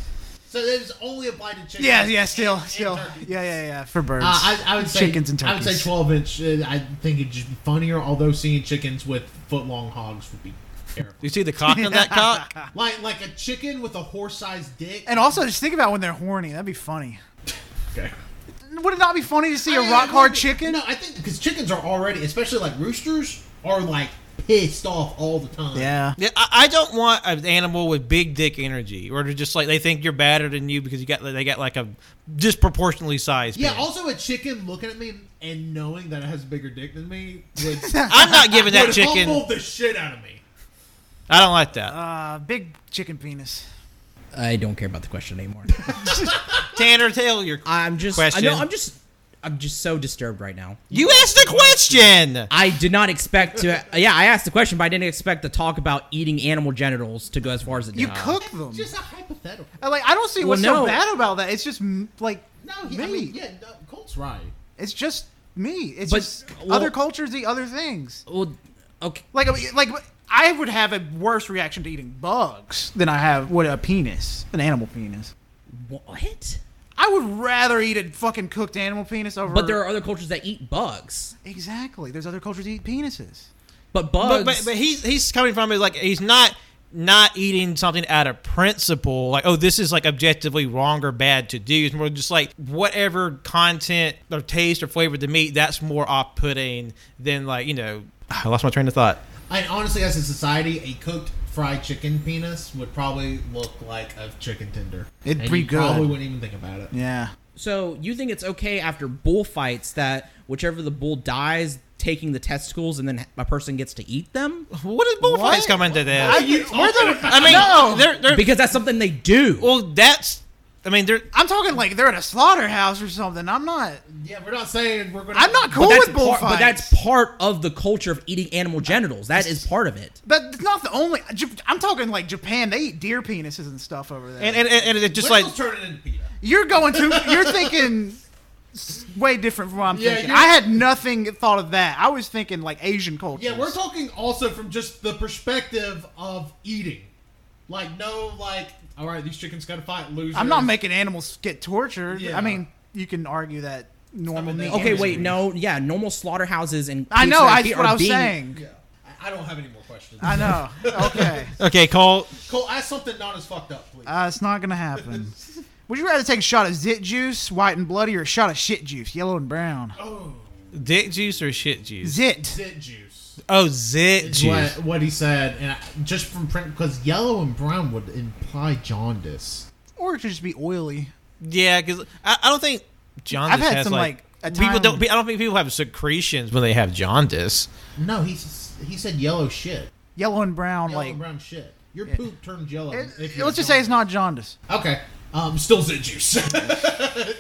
H: so it's only applied to chickens.
F: Yeah, yeah, still,
H: and
F: still.
H: turkeys.
F: Yeah, yeah, yeah. For birds.
H: Uh, I, I would say
F: Chickens and
H: I would
F: turkeys.
H: say twelve inch. Uh, I think it'd just be funnier. Although seeing chickens with foot long hogs would be
D: You
H: terrifying.
D: see the cock on that cock?
H: like like a chicken with a horse sized dick.
F: And also, just think about when they're horny. That'd be funny.
H: okay.
F: Would it not be funny to see
H: I
F: a
H: mean,
F: rock
H: it
F: hard
H: would be-
F: chicken?
H: No, I think because chickens are already, especially like roosters, are like pissed off all the time.
F: Yeah.
D: Yeah, I, I don't want an animal with big dick energy, or they're just like they think you're badder than you because you got they got like a disproportionately sized.
H: Yeah. oh,
D: penis.
H: Also, a chicken looking at me and knowing that it has a bigger dick than me would,
D: I'm not giving that
H: would
D: chicken.
H: humble the shit out of me.
D: I don't like that.
F: Uh, big chicken penis.
A: I don't care about the question anymore.
D: Tanner, tell your.
A: I'm just
D: Question.
A: I know I'm just I'm just so disturbed right now.
D: you asked the question.
A: I did not expect to yeah, I asked the question, but I didn't expect to talk about eating animal genitals to go as far as it did.
F: You cook them.
H: Just a hypothetical.
F: I, like I don't see
A: Well,
F: what's
A: no.
F: so bad about that. It's just m- like
H: No,
F: meat.
H: he, I mean, Oh, yeah, no, Colt's right.
F: It's just meat. It's
A: But,
F: just
A: well-
F: other cultures eat other things.
A: well, okay.
F: Like I- like I would have a worse reaction to eating bugs than I have with a penis, an animal penis.
A: What?
F: I would rather eat a fucking cooked animal penis over.
A: But there are other cultures that eat bugs.
F: exactly. There's other cultures that eat penises.
A: But bugs
D: But, but but he's he's coming from it like he's not not eating something out of principle like oh this is like objectively wrong or bad to do it's more just like whatever content or taste or flavor to meat that's more off-putting than like you know i lost my train of thought
H: And honestly, as a society, a cooked fried chicken penis would probably look like a chicken tender.
F: It'd
H: and
F: be
H: you
F: good.
H: Probably wouldn't even think about it.
F: Yeah.
A: So you think it's okay after bullfights that whichever the bull dies, taking the testicles and then a person gets to eat them
D: what is bullfights
F: What?
D: coming to this
H: you
F: Where the-
D: I mean,
F: No.
D: they're, they're,
A: because that's something they do.
D: well, that's I mean, they're
F: I'm talking like they're at a slaughterhouse or something. I'm not.
H: Yeah, we're not saying we're gonna.
F: I'm not cool
A: that's
F: with
A: part,
F: bullfights.
A: but that's part of the culture of eating animal genitals. That is part of it.
F: But it's not the only. Jap- I'm talking like Japan. They eat deer penises and stuff over there.
D: and and and, and it's just
H: Just
D: like
H: like turn it into pita.
F: you're going to. You're thinking s- way different from what I'm
H: Yeah,
F: thinking.
H: you're-
F: I had nothing thought of that. I was thinking like Asian culture.
H: Yeah, we're talking also from just the perspective of eating. Like, no, like, all right, these chickens gotta fight, losers.
F: I'm not making animals get tortured.
H: Yeah.
F: I mean, you can argue that normal.
H: mean, they
F: meat
H: are
A: Okay,
F: is-
A: wait, no, yeah, normal slaughterhouses and
F: I know.
A: pigs that
F: I,
A: be-
F: that's what
A: are
F: I was
A: being-
F: saying.
H: Yeah, I, I don't have any more questions.
F: I know. Okay.
D: okay, Cole.
H: Cole, ask something not as fucked up, please.
F: Uh, it's not gonna happen. Would you rather take a shot of zit juice, white and bloody, or a shot of shit juice, yellow and brown?
H: oh,
D: Dick juice or shit juice?
F: Zit.
H: zit juice.
D: Oh, zit
H: Is
D: juice.
H: what, what he said, and I, just from print, because yellow and brown would imply jaundice.
F: Or it could just be oily.
D: Yeah, because I, I don't think jaundice
F: had
D: has
F: some,
D: like,
F: like, a
D: people
F: time-
D: don't. I don't think people have secretions when they have jaundice.
H: No, he s- he said yellow shit,
F: Yellow and brown,
H: yellow
F: like.
H: and brown shit. Your poop turned yellow.
F: It-
H: if
F: it-
H: you're
F: let's just say it's
H: jaundiced.
F: not jaundice.
H: okay. Um, still zit juice.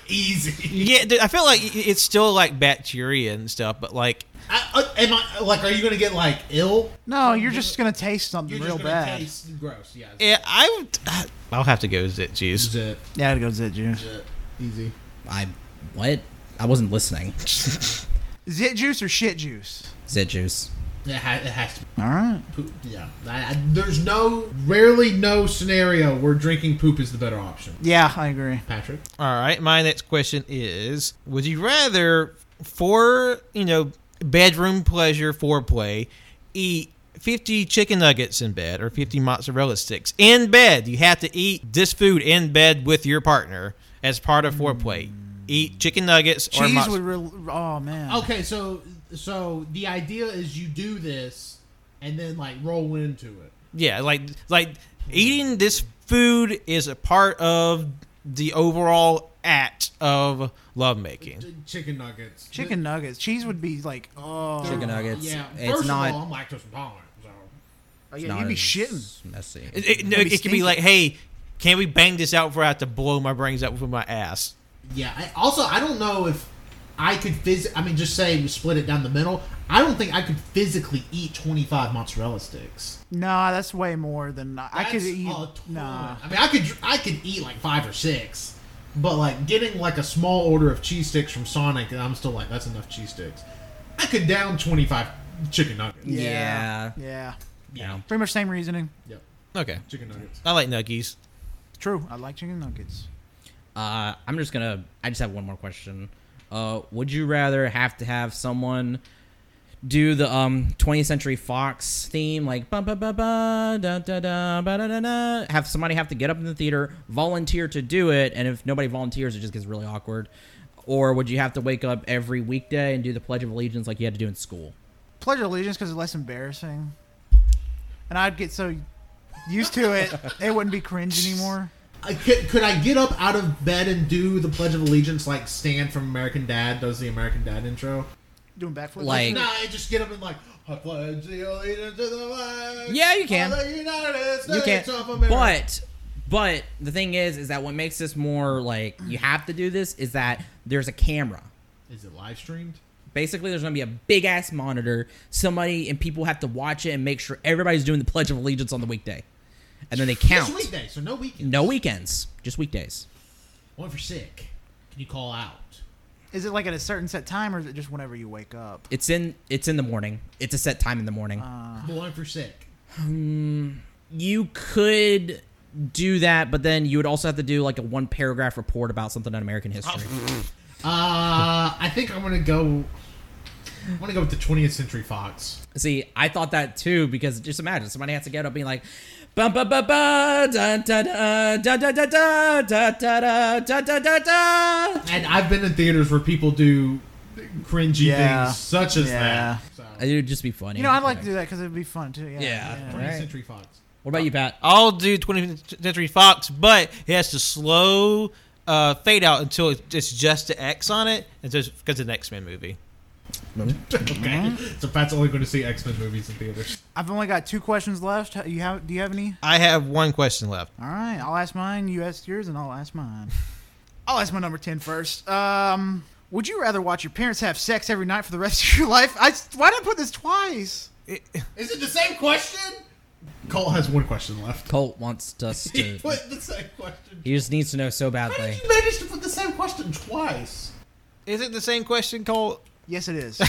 H: Easy.
D: Yeah, dude, I feel like i- it's still like bacteria and stuff, but like
H: I, uh, am I like? Are you gonna get like ill?
F: No, you're just gonna taste something
H: You're
F: real
H: just gonna
F: bad.
H: taste gross. Yeah.
D: yeah, I would. I'll have to go with zit juice.
H: Zit.
F: Yeah, I'd go zit juice.
H: Zit. Easy.
A: I what? I wasn't listening.
F: Zit juice or shit juice?
A: Zit juice.
H: It, ha- it has to. Be
F: All right.
H: poop. Yeah. I, I, there's no, rarely no scenario where drinking poop is the better option.
F: Yeah, I agree.
H: Patrick.
D: All right, my next question is: Would you rather, for you know, bedroom pleasure foreplay, eat? 50 chicken nuggets in bed or 50 mozzarella sticks in bed. You have to eat this food in bed with your partner as part of foreplay. Eat chicken nuggets or
F: Cheese
D: mozz-
F: would real. Oh man.
H: Okay, so so the idea is you do this and then like roll into it.
D: Yeah, like like eating this food is a part of the overall act of lovemaking.
H: Ch- Chicken nuggets.
F: Chicken nuggets. Cheese would be like. Oh.
H: They're-
A: Chicken nuggets.
H: Yeah.
A: It's
H: First
A: not-
H: of all, I'm lactose intolerant. So.
F: yeah, you'd be shitting.
A: Messy.
D: It, it, no,
F: That'd be
D: it could be
F: stinky.
D: like, hey, can we bang this out before I have to blow my brains out with my ass?
H: Yeah. I, also, I don't know if I could phys. I mean, just say we split it down the middle. I don't think I could physically eat 25 mozzarella sticks.
F: Nah, that's way more than I could
H: That's
F: eat.
H: a ton.
F: Nah.
H: I mean, I could I could eat like five or six, but like getting like a small order of cheese sticks from Sonic, and I'm still like, that's enough cheese sticks. I could down 25 chicken nuggets.
A: Yeah.
F: Yeah.
A: Yeah.
F: Pretty much same reasoning.
H: Yep.
D: Okay,
H: Chicken nuggets.
D: I like nuggies.
F: True. I like chicken nuggets.
A: Uh, I'm just gonna. I just have one more question. Uh, would you rather have to have someone do the um 20th Century Fox theme, like ba ba ba ba da da da ba da da da? Have somebody have to get up in the theater, volunteer to do it, and if nobody volunteers, it just gets really awkward. Or would you have to wake up every weekday and do the Pledge of Allegiance like you had to do in school?
F: Pledge of Allegiance because it's less embarrassing, and I'd get so used to it, it wouldn't be cringe anymore.
H: I could, could I get up out of bed and do the Pledge of Allegiance like Stan from American Dad does the American Dad intro?
F: Doing backflips.
A: Like-
H: Nah, I just get up and like I pledge the allegiance to the flag.
A: Yeah, you can.
H: of the United States
A: you can't.
H: of America.
A: But but the thing is, is that what makes this more like you have to do this is that there's a camera.
H: is it live streamed?
A: Basically, there's gonna be a big ass monitor. Somebody and people have to watch it and make sure everybody's doing the Pledge of Allegiance on the weekday, and then they count.
H: It's weekday, so no weekend.
A: No weekends, just weekdays.
H: One for sick. Can you call out?
F: Is it like at a certain set time, or is it just whenever you wake up?
A: It's in it's in the morning. It's a set time in the morning.
F: Uh.
H: One for sick.
A: you could do that, but then you would also have to do like a one paragraph report about something on American history.
H: Uh, I think I'm gonna go. I'm gonna go with the 20th Century Fox.
A: See, I thought that too because just imagine somebody has to get up being like, ba ba ba ba da da da da da da da da da da da da da da.
H: And I've been in theaters where people do cringy
F: Yeah.
H: things such as
F: Yeah.
H: that. So,
A: It would just be funny.
F: You know, I'd like to do that because it'd be fun too. Yeah.
A: Yeah.
H: 20th
A: Right.
H: Century Fox.
A: What about you, Pat?
D: I'll do 20th Century Fox, but it has to slow uh, fade out until it's just the X on it, and just because it's an X Men movie.
H: okay. So Pat's only going to see X Men movies in theaters.
F: I've only got two questions left. Ha- You have? Do you have any?
D: I have one question left.
F: All right, I'll ask mine. You ask yours, and I'll ask mine. I'll ask my number ten first. Um, would you rather watch your parents have sex every night for the rest of your life? I why did I put this twice?
H: Is it the same question? Cole has one question left.
A: Colt wants us to.
H: Put the same question.
A: He just needs to know so
H: How
A: badly.
H: did you manage to put the same question twice?
D: Is it the same question, Cole?
F: Yes, it is.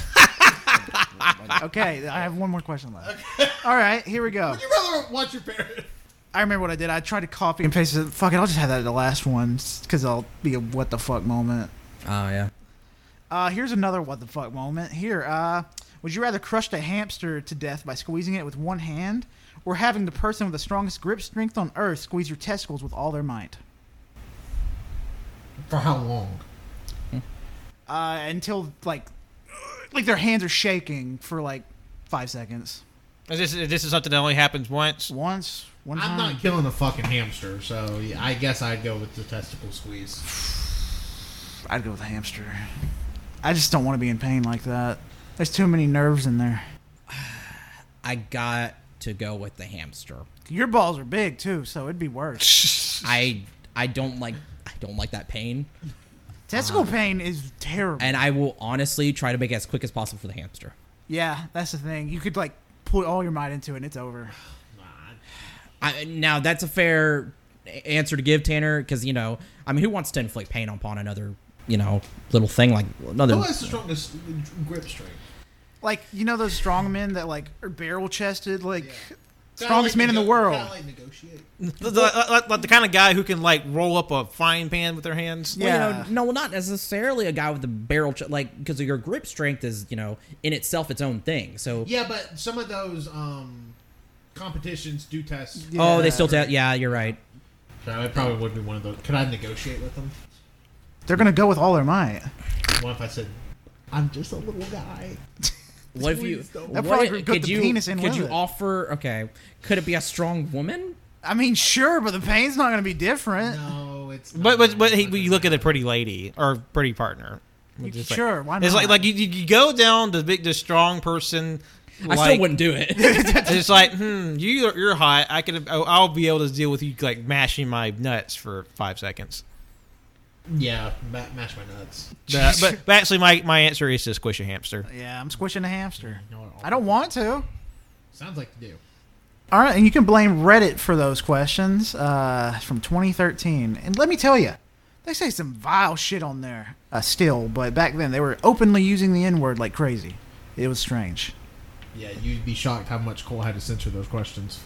F: okay, I have one more question left. All right, here we go.
H: Would you rather watch your parents?
F: I remember what I did. I tried to copy and paste it. Fuck it, I'll just have that at the last one because I'll be a what the fuck moment.
A: Oh yeah.
F: Uh, here's another what the fuck moment. Here, uh, would you rather crush a hamster to death by squeezing it with one hand, or having the person with the strongest grip strength on earth squeeze your testicles with all their might?
H: For how long?
F: Uh, until like, like their hands are shaking for like five seconds.
D: Is this, this is something that only happens once.
F: Once, one time.
H: I'm not killing a fucking hamster, so yeah, I guess I'd go with the testicle squeeze.
F: I'd go with a hamster. I just don't want to be in pain like that. There's too many nerves in there.
A: I got to go with the hamster.
F: Your balls are big too, so it'd be worse.
A: I I don't like I don't like that pain,
F: Testicle pain is terrible.
A: and I will honestly try to make it as quick as possible for the hamster.
F: yeah, that's the thing. You could like put all your might into it, and it's over.
A: I, now that's a fair a- answer to give Tanner because you know I mean who wants to inflict pain upon another you know little thing like another
H: Who has the strongest grip strength?
F: Like you know those strong men that like are barrel chested, like
H: Yeah.
F: strongest man in the world.
H: Kinda like negotiate.
D: The, the- like- like the kind of guy who can like roll up a frying pan with their hands.
A: Well,
F: Yeah.
A: you know, no, well, not necessarily a guy with a barrel, ch- like, because your grip strength is, you know, in itself its own thing. So,
H: Yeah, but some of those um, competitions do test.
A: oh, they still, ta- yeah, you're right.
H: So it probably would be one of those. Could I negotiate with them?
F: They're gonna go with all their might.
H: What if I said, "I'm just a little guy"?
A: What if you,
H: Squeeze them.
F: That
A: what,
F: probably got
A: could
F: the
A: you,
F: penis in
A: could
F: with
A: you
F: it.
A: offer, okay, could it be a strong woman?
F: I mean, sure, but the pain's not gonna be different.
H: No, it's.
D: But but but he,
H: not.
D: you look at a pretty lady or pretty partner.
F: You-
D: Just like-
F: sure, why not?
D: It's like like you, you you go down the big the strong person. Like,
A: I still wouldn't do it.
D: it's just like hmm, you you're hot. I could oh, I'll be able to deal with you like mashing my nuts for five seconds.
H: Yeah, ma- mash my nuts.
D: But, but, but actually, my, my answer is to squish a hamster.
F: yeah, I'm squishing a hamster.
H: You know what?
F: I don't want to.
H: Sounds like you do.
F: All right, and you can blame Reddit for those questions uh, from 2013. And let me tell you, they say some vile shit on there uh, still, but back then they were openly using the N word like crazy. It was strange.
H: Yeah, you'd be shocked how much Cole had to censor those questions.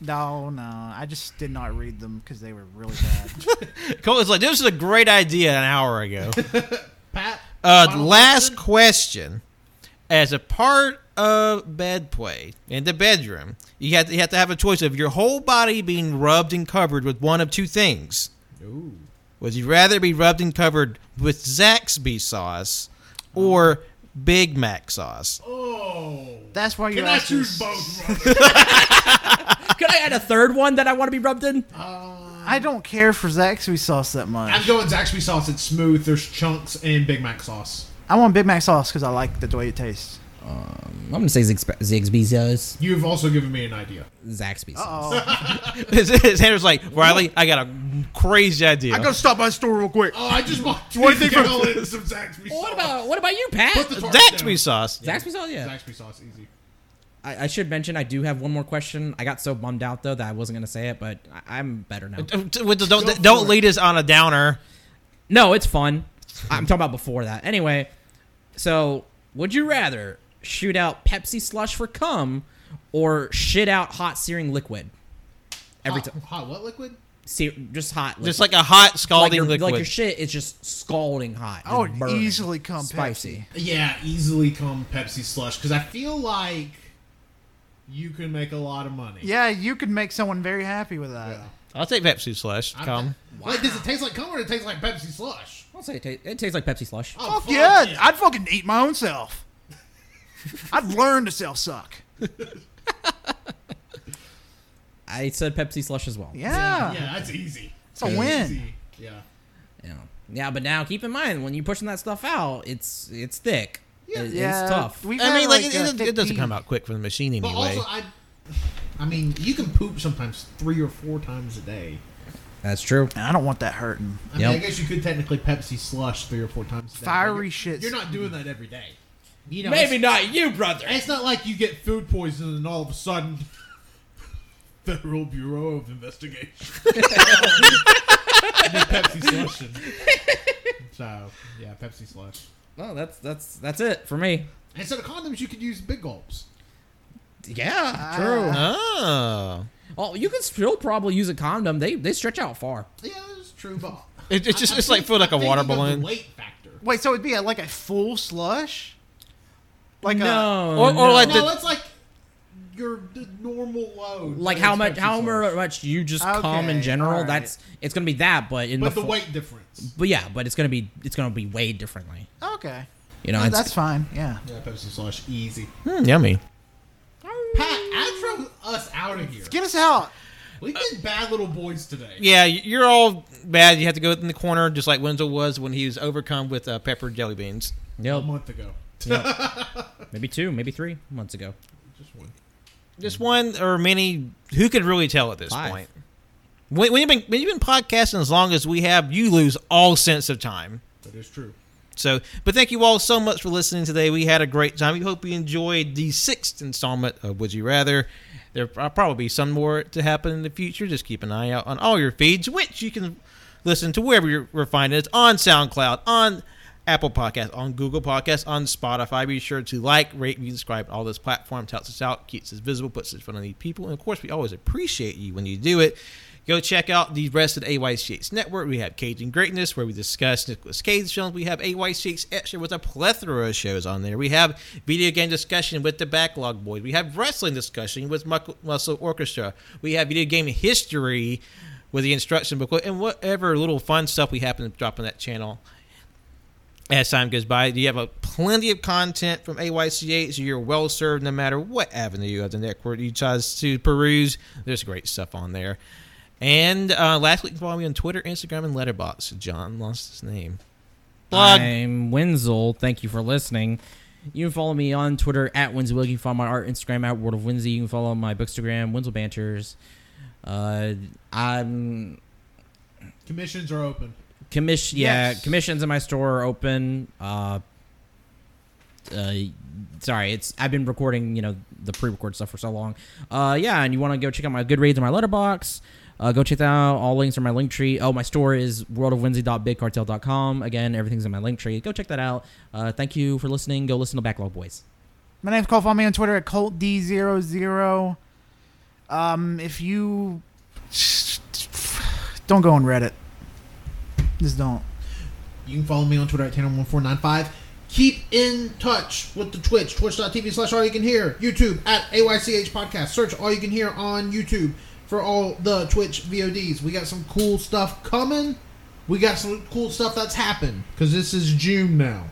F: No, no, I just did not read them because they were really bad.
D: Cole is like, this was a great idea an hour ago.
H: Pat,
D: Uh,
H: final
D: last
H: question?
D: question. As a part of bed play in the bedroom, you have, to, you have to have a choice of your whole body being rubbed and covered with one of two things.
H: Ooh.
D: Would you rather be rubbed and covered with Zaxby sauce or Big Mac sauce?
H: Oh.
F: That's why you're
H: Can I
F: asking.
H: choose both? brother?
A: could I add a third one that I want to be rubbed in?
F: I don't care for Zaxby sauce that
H: I'm
F: much.
H: going Zaxby sauce. It's smooth. There's chunks and Big Mac sauce.
F: I want Big Mac sauce because I like the way it tastes.
A: I'm going to say Zigsb- Zigsby's sauce.
H: You've also given me an idea.
A: Zaxby's sauce.
F: Oh,
D: Sanders like, Riley, I got a crazy idea.
F: stop by the store real quick.
H: Oh, I just bought
F: What
H: one
F: do you
H: thing
F: think
H: from
F: from-
H: some Zaxby sauce.
A: What about, what about you, Pat?
H: Put the torch down.
D: Zaxby sauce.
A: Zaxby's sauce, yeah.
H: Zaxby sauce, easy.
A: I, I should mention I do have one more question. I got so bummed out, though, that I wasn't going to say it, but I, I'm better now.
D: With the-
H: Go
D: don't
H: for
D: don't
H: it.
D: lead us on a downer.
A: No, it's fun. I'm talking about before that. Anyway, so would you rather shoot out Pepsi slush for cum or shit out hot searing liquid? Every
H: hot,
A: time.
H: hot what liquid?
A: Se- just hot. Liquid.
D: Just like a hot
A: like
D: scalding
A: your,
D: liquid.
A: Like your shit is just scalding hot.
F: I would
A: just burning,
F: easily come
A: Spicy.
H: Yeah, easily come Pepsi slush because I feel like you can make a lot of money.
F: Yeah, you could make someone very happy with that.
D: I'll take Pepsi slush. Come.
H: Like, does it taste like cum or does it taste like Pepsi slush?
A: I'll say it, ta- it tastes like Pepsi slush.
H: Oh,
F: Fuck yeah, I'd fucking eat my own self. I've learned to self suck.
A: I said Pepsi slush as well.
F: Yeah.
H: yeah, that's easy. It's
F: a win.
H: Yeah.
A: Yeah. Yeah, but now keep in mind when you're pushing that stuff out, it's it's thick. It-
F: Yeah,
A: It's tough.
F: we've
D: I
F: had,
D: mean, like, it,
F: uh,
D: it- it doesn't
F: 50
D: come out quick from the machine
H: But
D: anyway.
H: also, I, I mean, you can poop sometimes three or four times a day.
A: That's true.
F: I don't want that hurting.
H: I mean, I
A: Yep.
H: guess you could technically Pepsi slush three or four times. A day, but
F: Fiery
H: you're-
F: shits.
H: You're not doing that every day. You know,
A: Maybe
H: it's,
A: not you, brother.
H: it's not like you get food poisoning and all of a sudden. Federal Bureau of Investigation. You need Pepsi slushing. So yeah, Pepsi slush.
A: No, that's that's that's it for me.
H: Instead of condoms, you could use big gulps.
A: Yeah,
D: oh.
A: Oh, you can still probably use a condom. They they stretch out far.
H: Yeah, that's true, but
D: It, it's just,
H: I- I
D: it's like
H: think-
D: for like
H: I
D: a
H: think
D: water
H: about the
D: balloon.
H: Weight factor.
F: Wait, so it'd be a, like a full slush? Like a,
A: No,
D: Or, or
A: no.
D: like
H: No,
D: the.
H: it's like your the normal load.
A: like
H: but
A: how
H: it's
A: much
H: Pepsi
A: how
H: slush.
A: much you just
F: Okay,
A: come in general.
F: alright.
A: That's it's gonna be that, but in
H: But the
A: fo-
H: weight difference.
A: But yeah, but it's gonna be it's gonna be weighed differently.
F: okay.
A: You know,
F: No,
A: it's-
F: that's fine. Yeah.
H: Yeah, Pepsi slush, easy.
D: Hmm, yummy.
H: Pat, outro us out of here.
F: Get us out.
H: We've been bad little boys today.
D: Yeah, y- you're all bad. You have to go in the corner, just like Wenzel was when he was overcome with uh, pepper jelly beans.
H: A
A: yep,
H: month ago.
A: maybe two, maybe three months ago.
H: Just one.
D: Just one or many. Who could really tell at this
A: Five.
D: point? When, when you've been when you've been podcasting as long as we have, you lose all sense of time.
H: That is true.
D: So, but thank you all so much for listening today. We had a great time. We hope you enjoyed the sixth installment of Would You Rather. There'll pro- probably be some more to happen in the future. Just keep an eye out on all your feeds, which you can listen to wherever you're, we're finding it on SoundCloud, on Apple Podcasts, on Google Podcasts, on Spotify. Be sure to like, rate, and subscribe on all those platforms. Helps us out, keeps us visible, puts us in front of the people. And of course, we always appreciate you when you do it. Go check out the rest of the AY Shakes Network. We have Cajun Greatness, where we discuss Nicholas Cage films. We have AY Shakes Extra with a plethora of shows on there. We have video game discussion with the Backlog Boys. We have wrestling discussion with Muc- Muscle Orchestra. We have video game history with the instruction booklet and whatever little fun stuff we happen to drop on that channel as time goes by. You have a plenty of content from AYCH. So you're well served no matter what avenue of the network you choose to peruse. There's great stuff on there. And uh, lastly, you can follow me on Twitter, Instagram, and Letterboxd. John lost his name. Plug.
A: I'm Wenzel. Thank you for listening. You can follow me on Twitter at Wenzel. You can follow my art Instagram at World of Winsy. You can follow my Bookstagram Wenzel Banters. Uh, I'm
H: Commissions are open.
A: commission yeah
F: Yes.
A: commissions in my store are open uh uh sorry it's i've been recording you know the pre-record stuff for so long uh yeah and you want to go check out my goodreads and my letterbox uh, go check that out. All links are in my link tree. Oh, my store is worldofwindsy.bigcartel.com. Again, everything's in my link tree. Go check that out. Uh, thank you for listening. Go listen to Backlog Boys.
F: My name's Cole. Follow me on Twitter at ColtD00. Um, if you don't go on Reddit, just don't.
H: You can follow me on Twitter at Tanner1495. Keep in touch with the Twitch, twitch.tv slash all you can hear. YouTube at AYCH Podcast. Search all you can hear on YouTube for all the Twitch VODs. We got some cool stuff coming. We got some cool stuff that's happened because this is June now.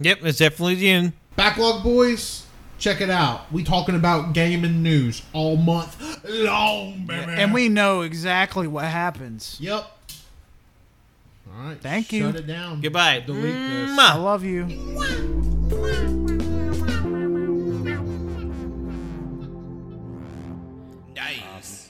D: Yep, it's definitely June.
H: Backlog Boys, check it out. We talking about gaming news all month long, baby.
F: And we know exactly what happens.
H: Yep. All right.
F: Thank
H: shut
F: you.
H: it down.
D: Goodbye.
H: Delete this.
F: I
D: Mwah.
F: love you.
I: Nice.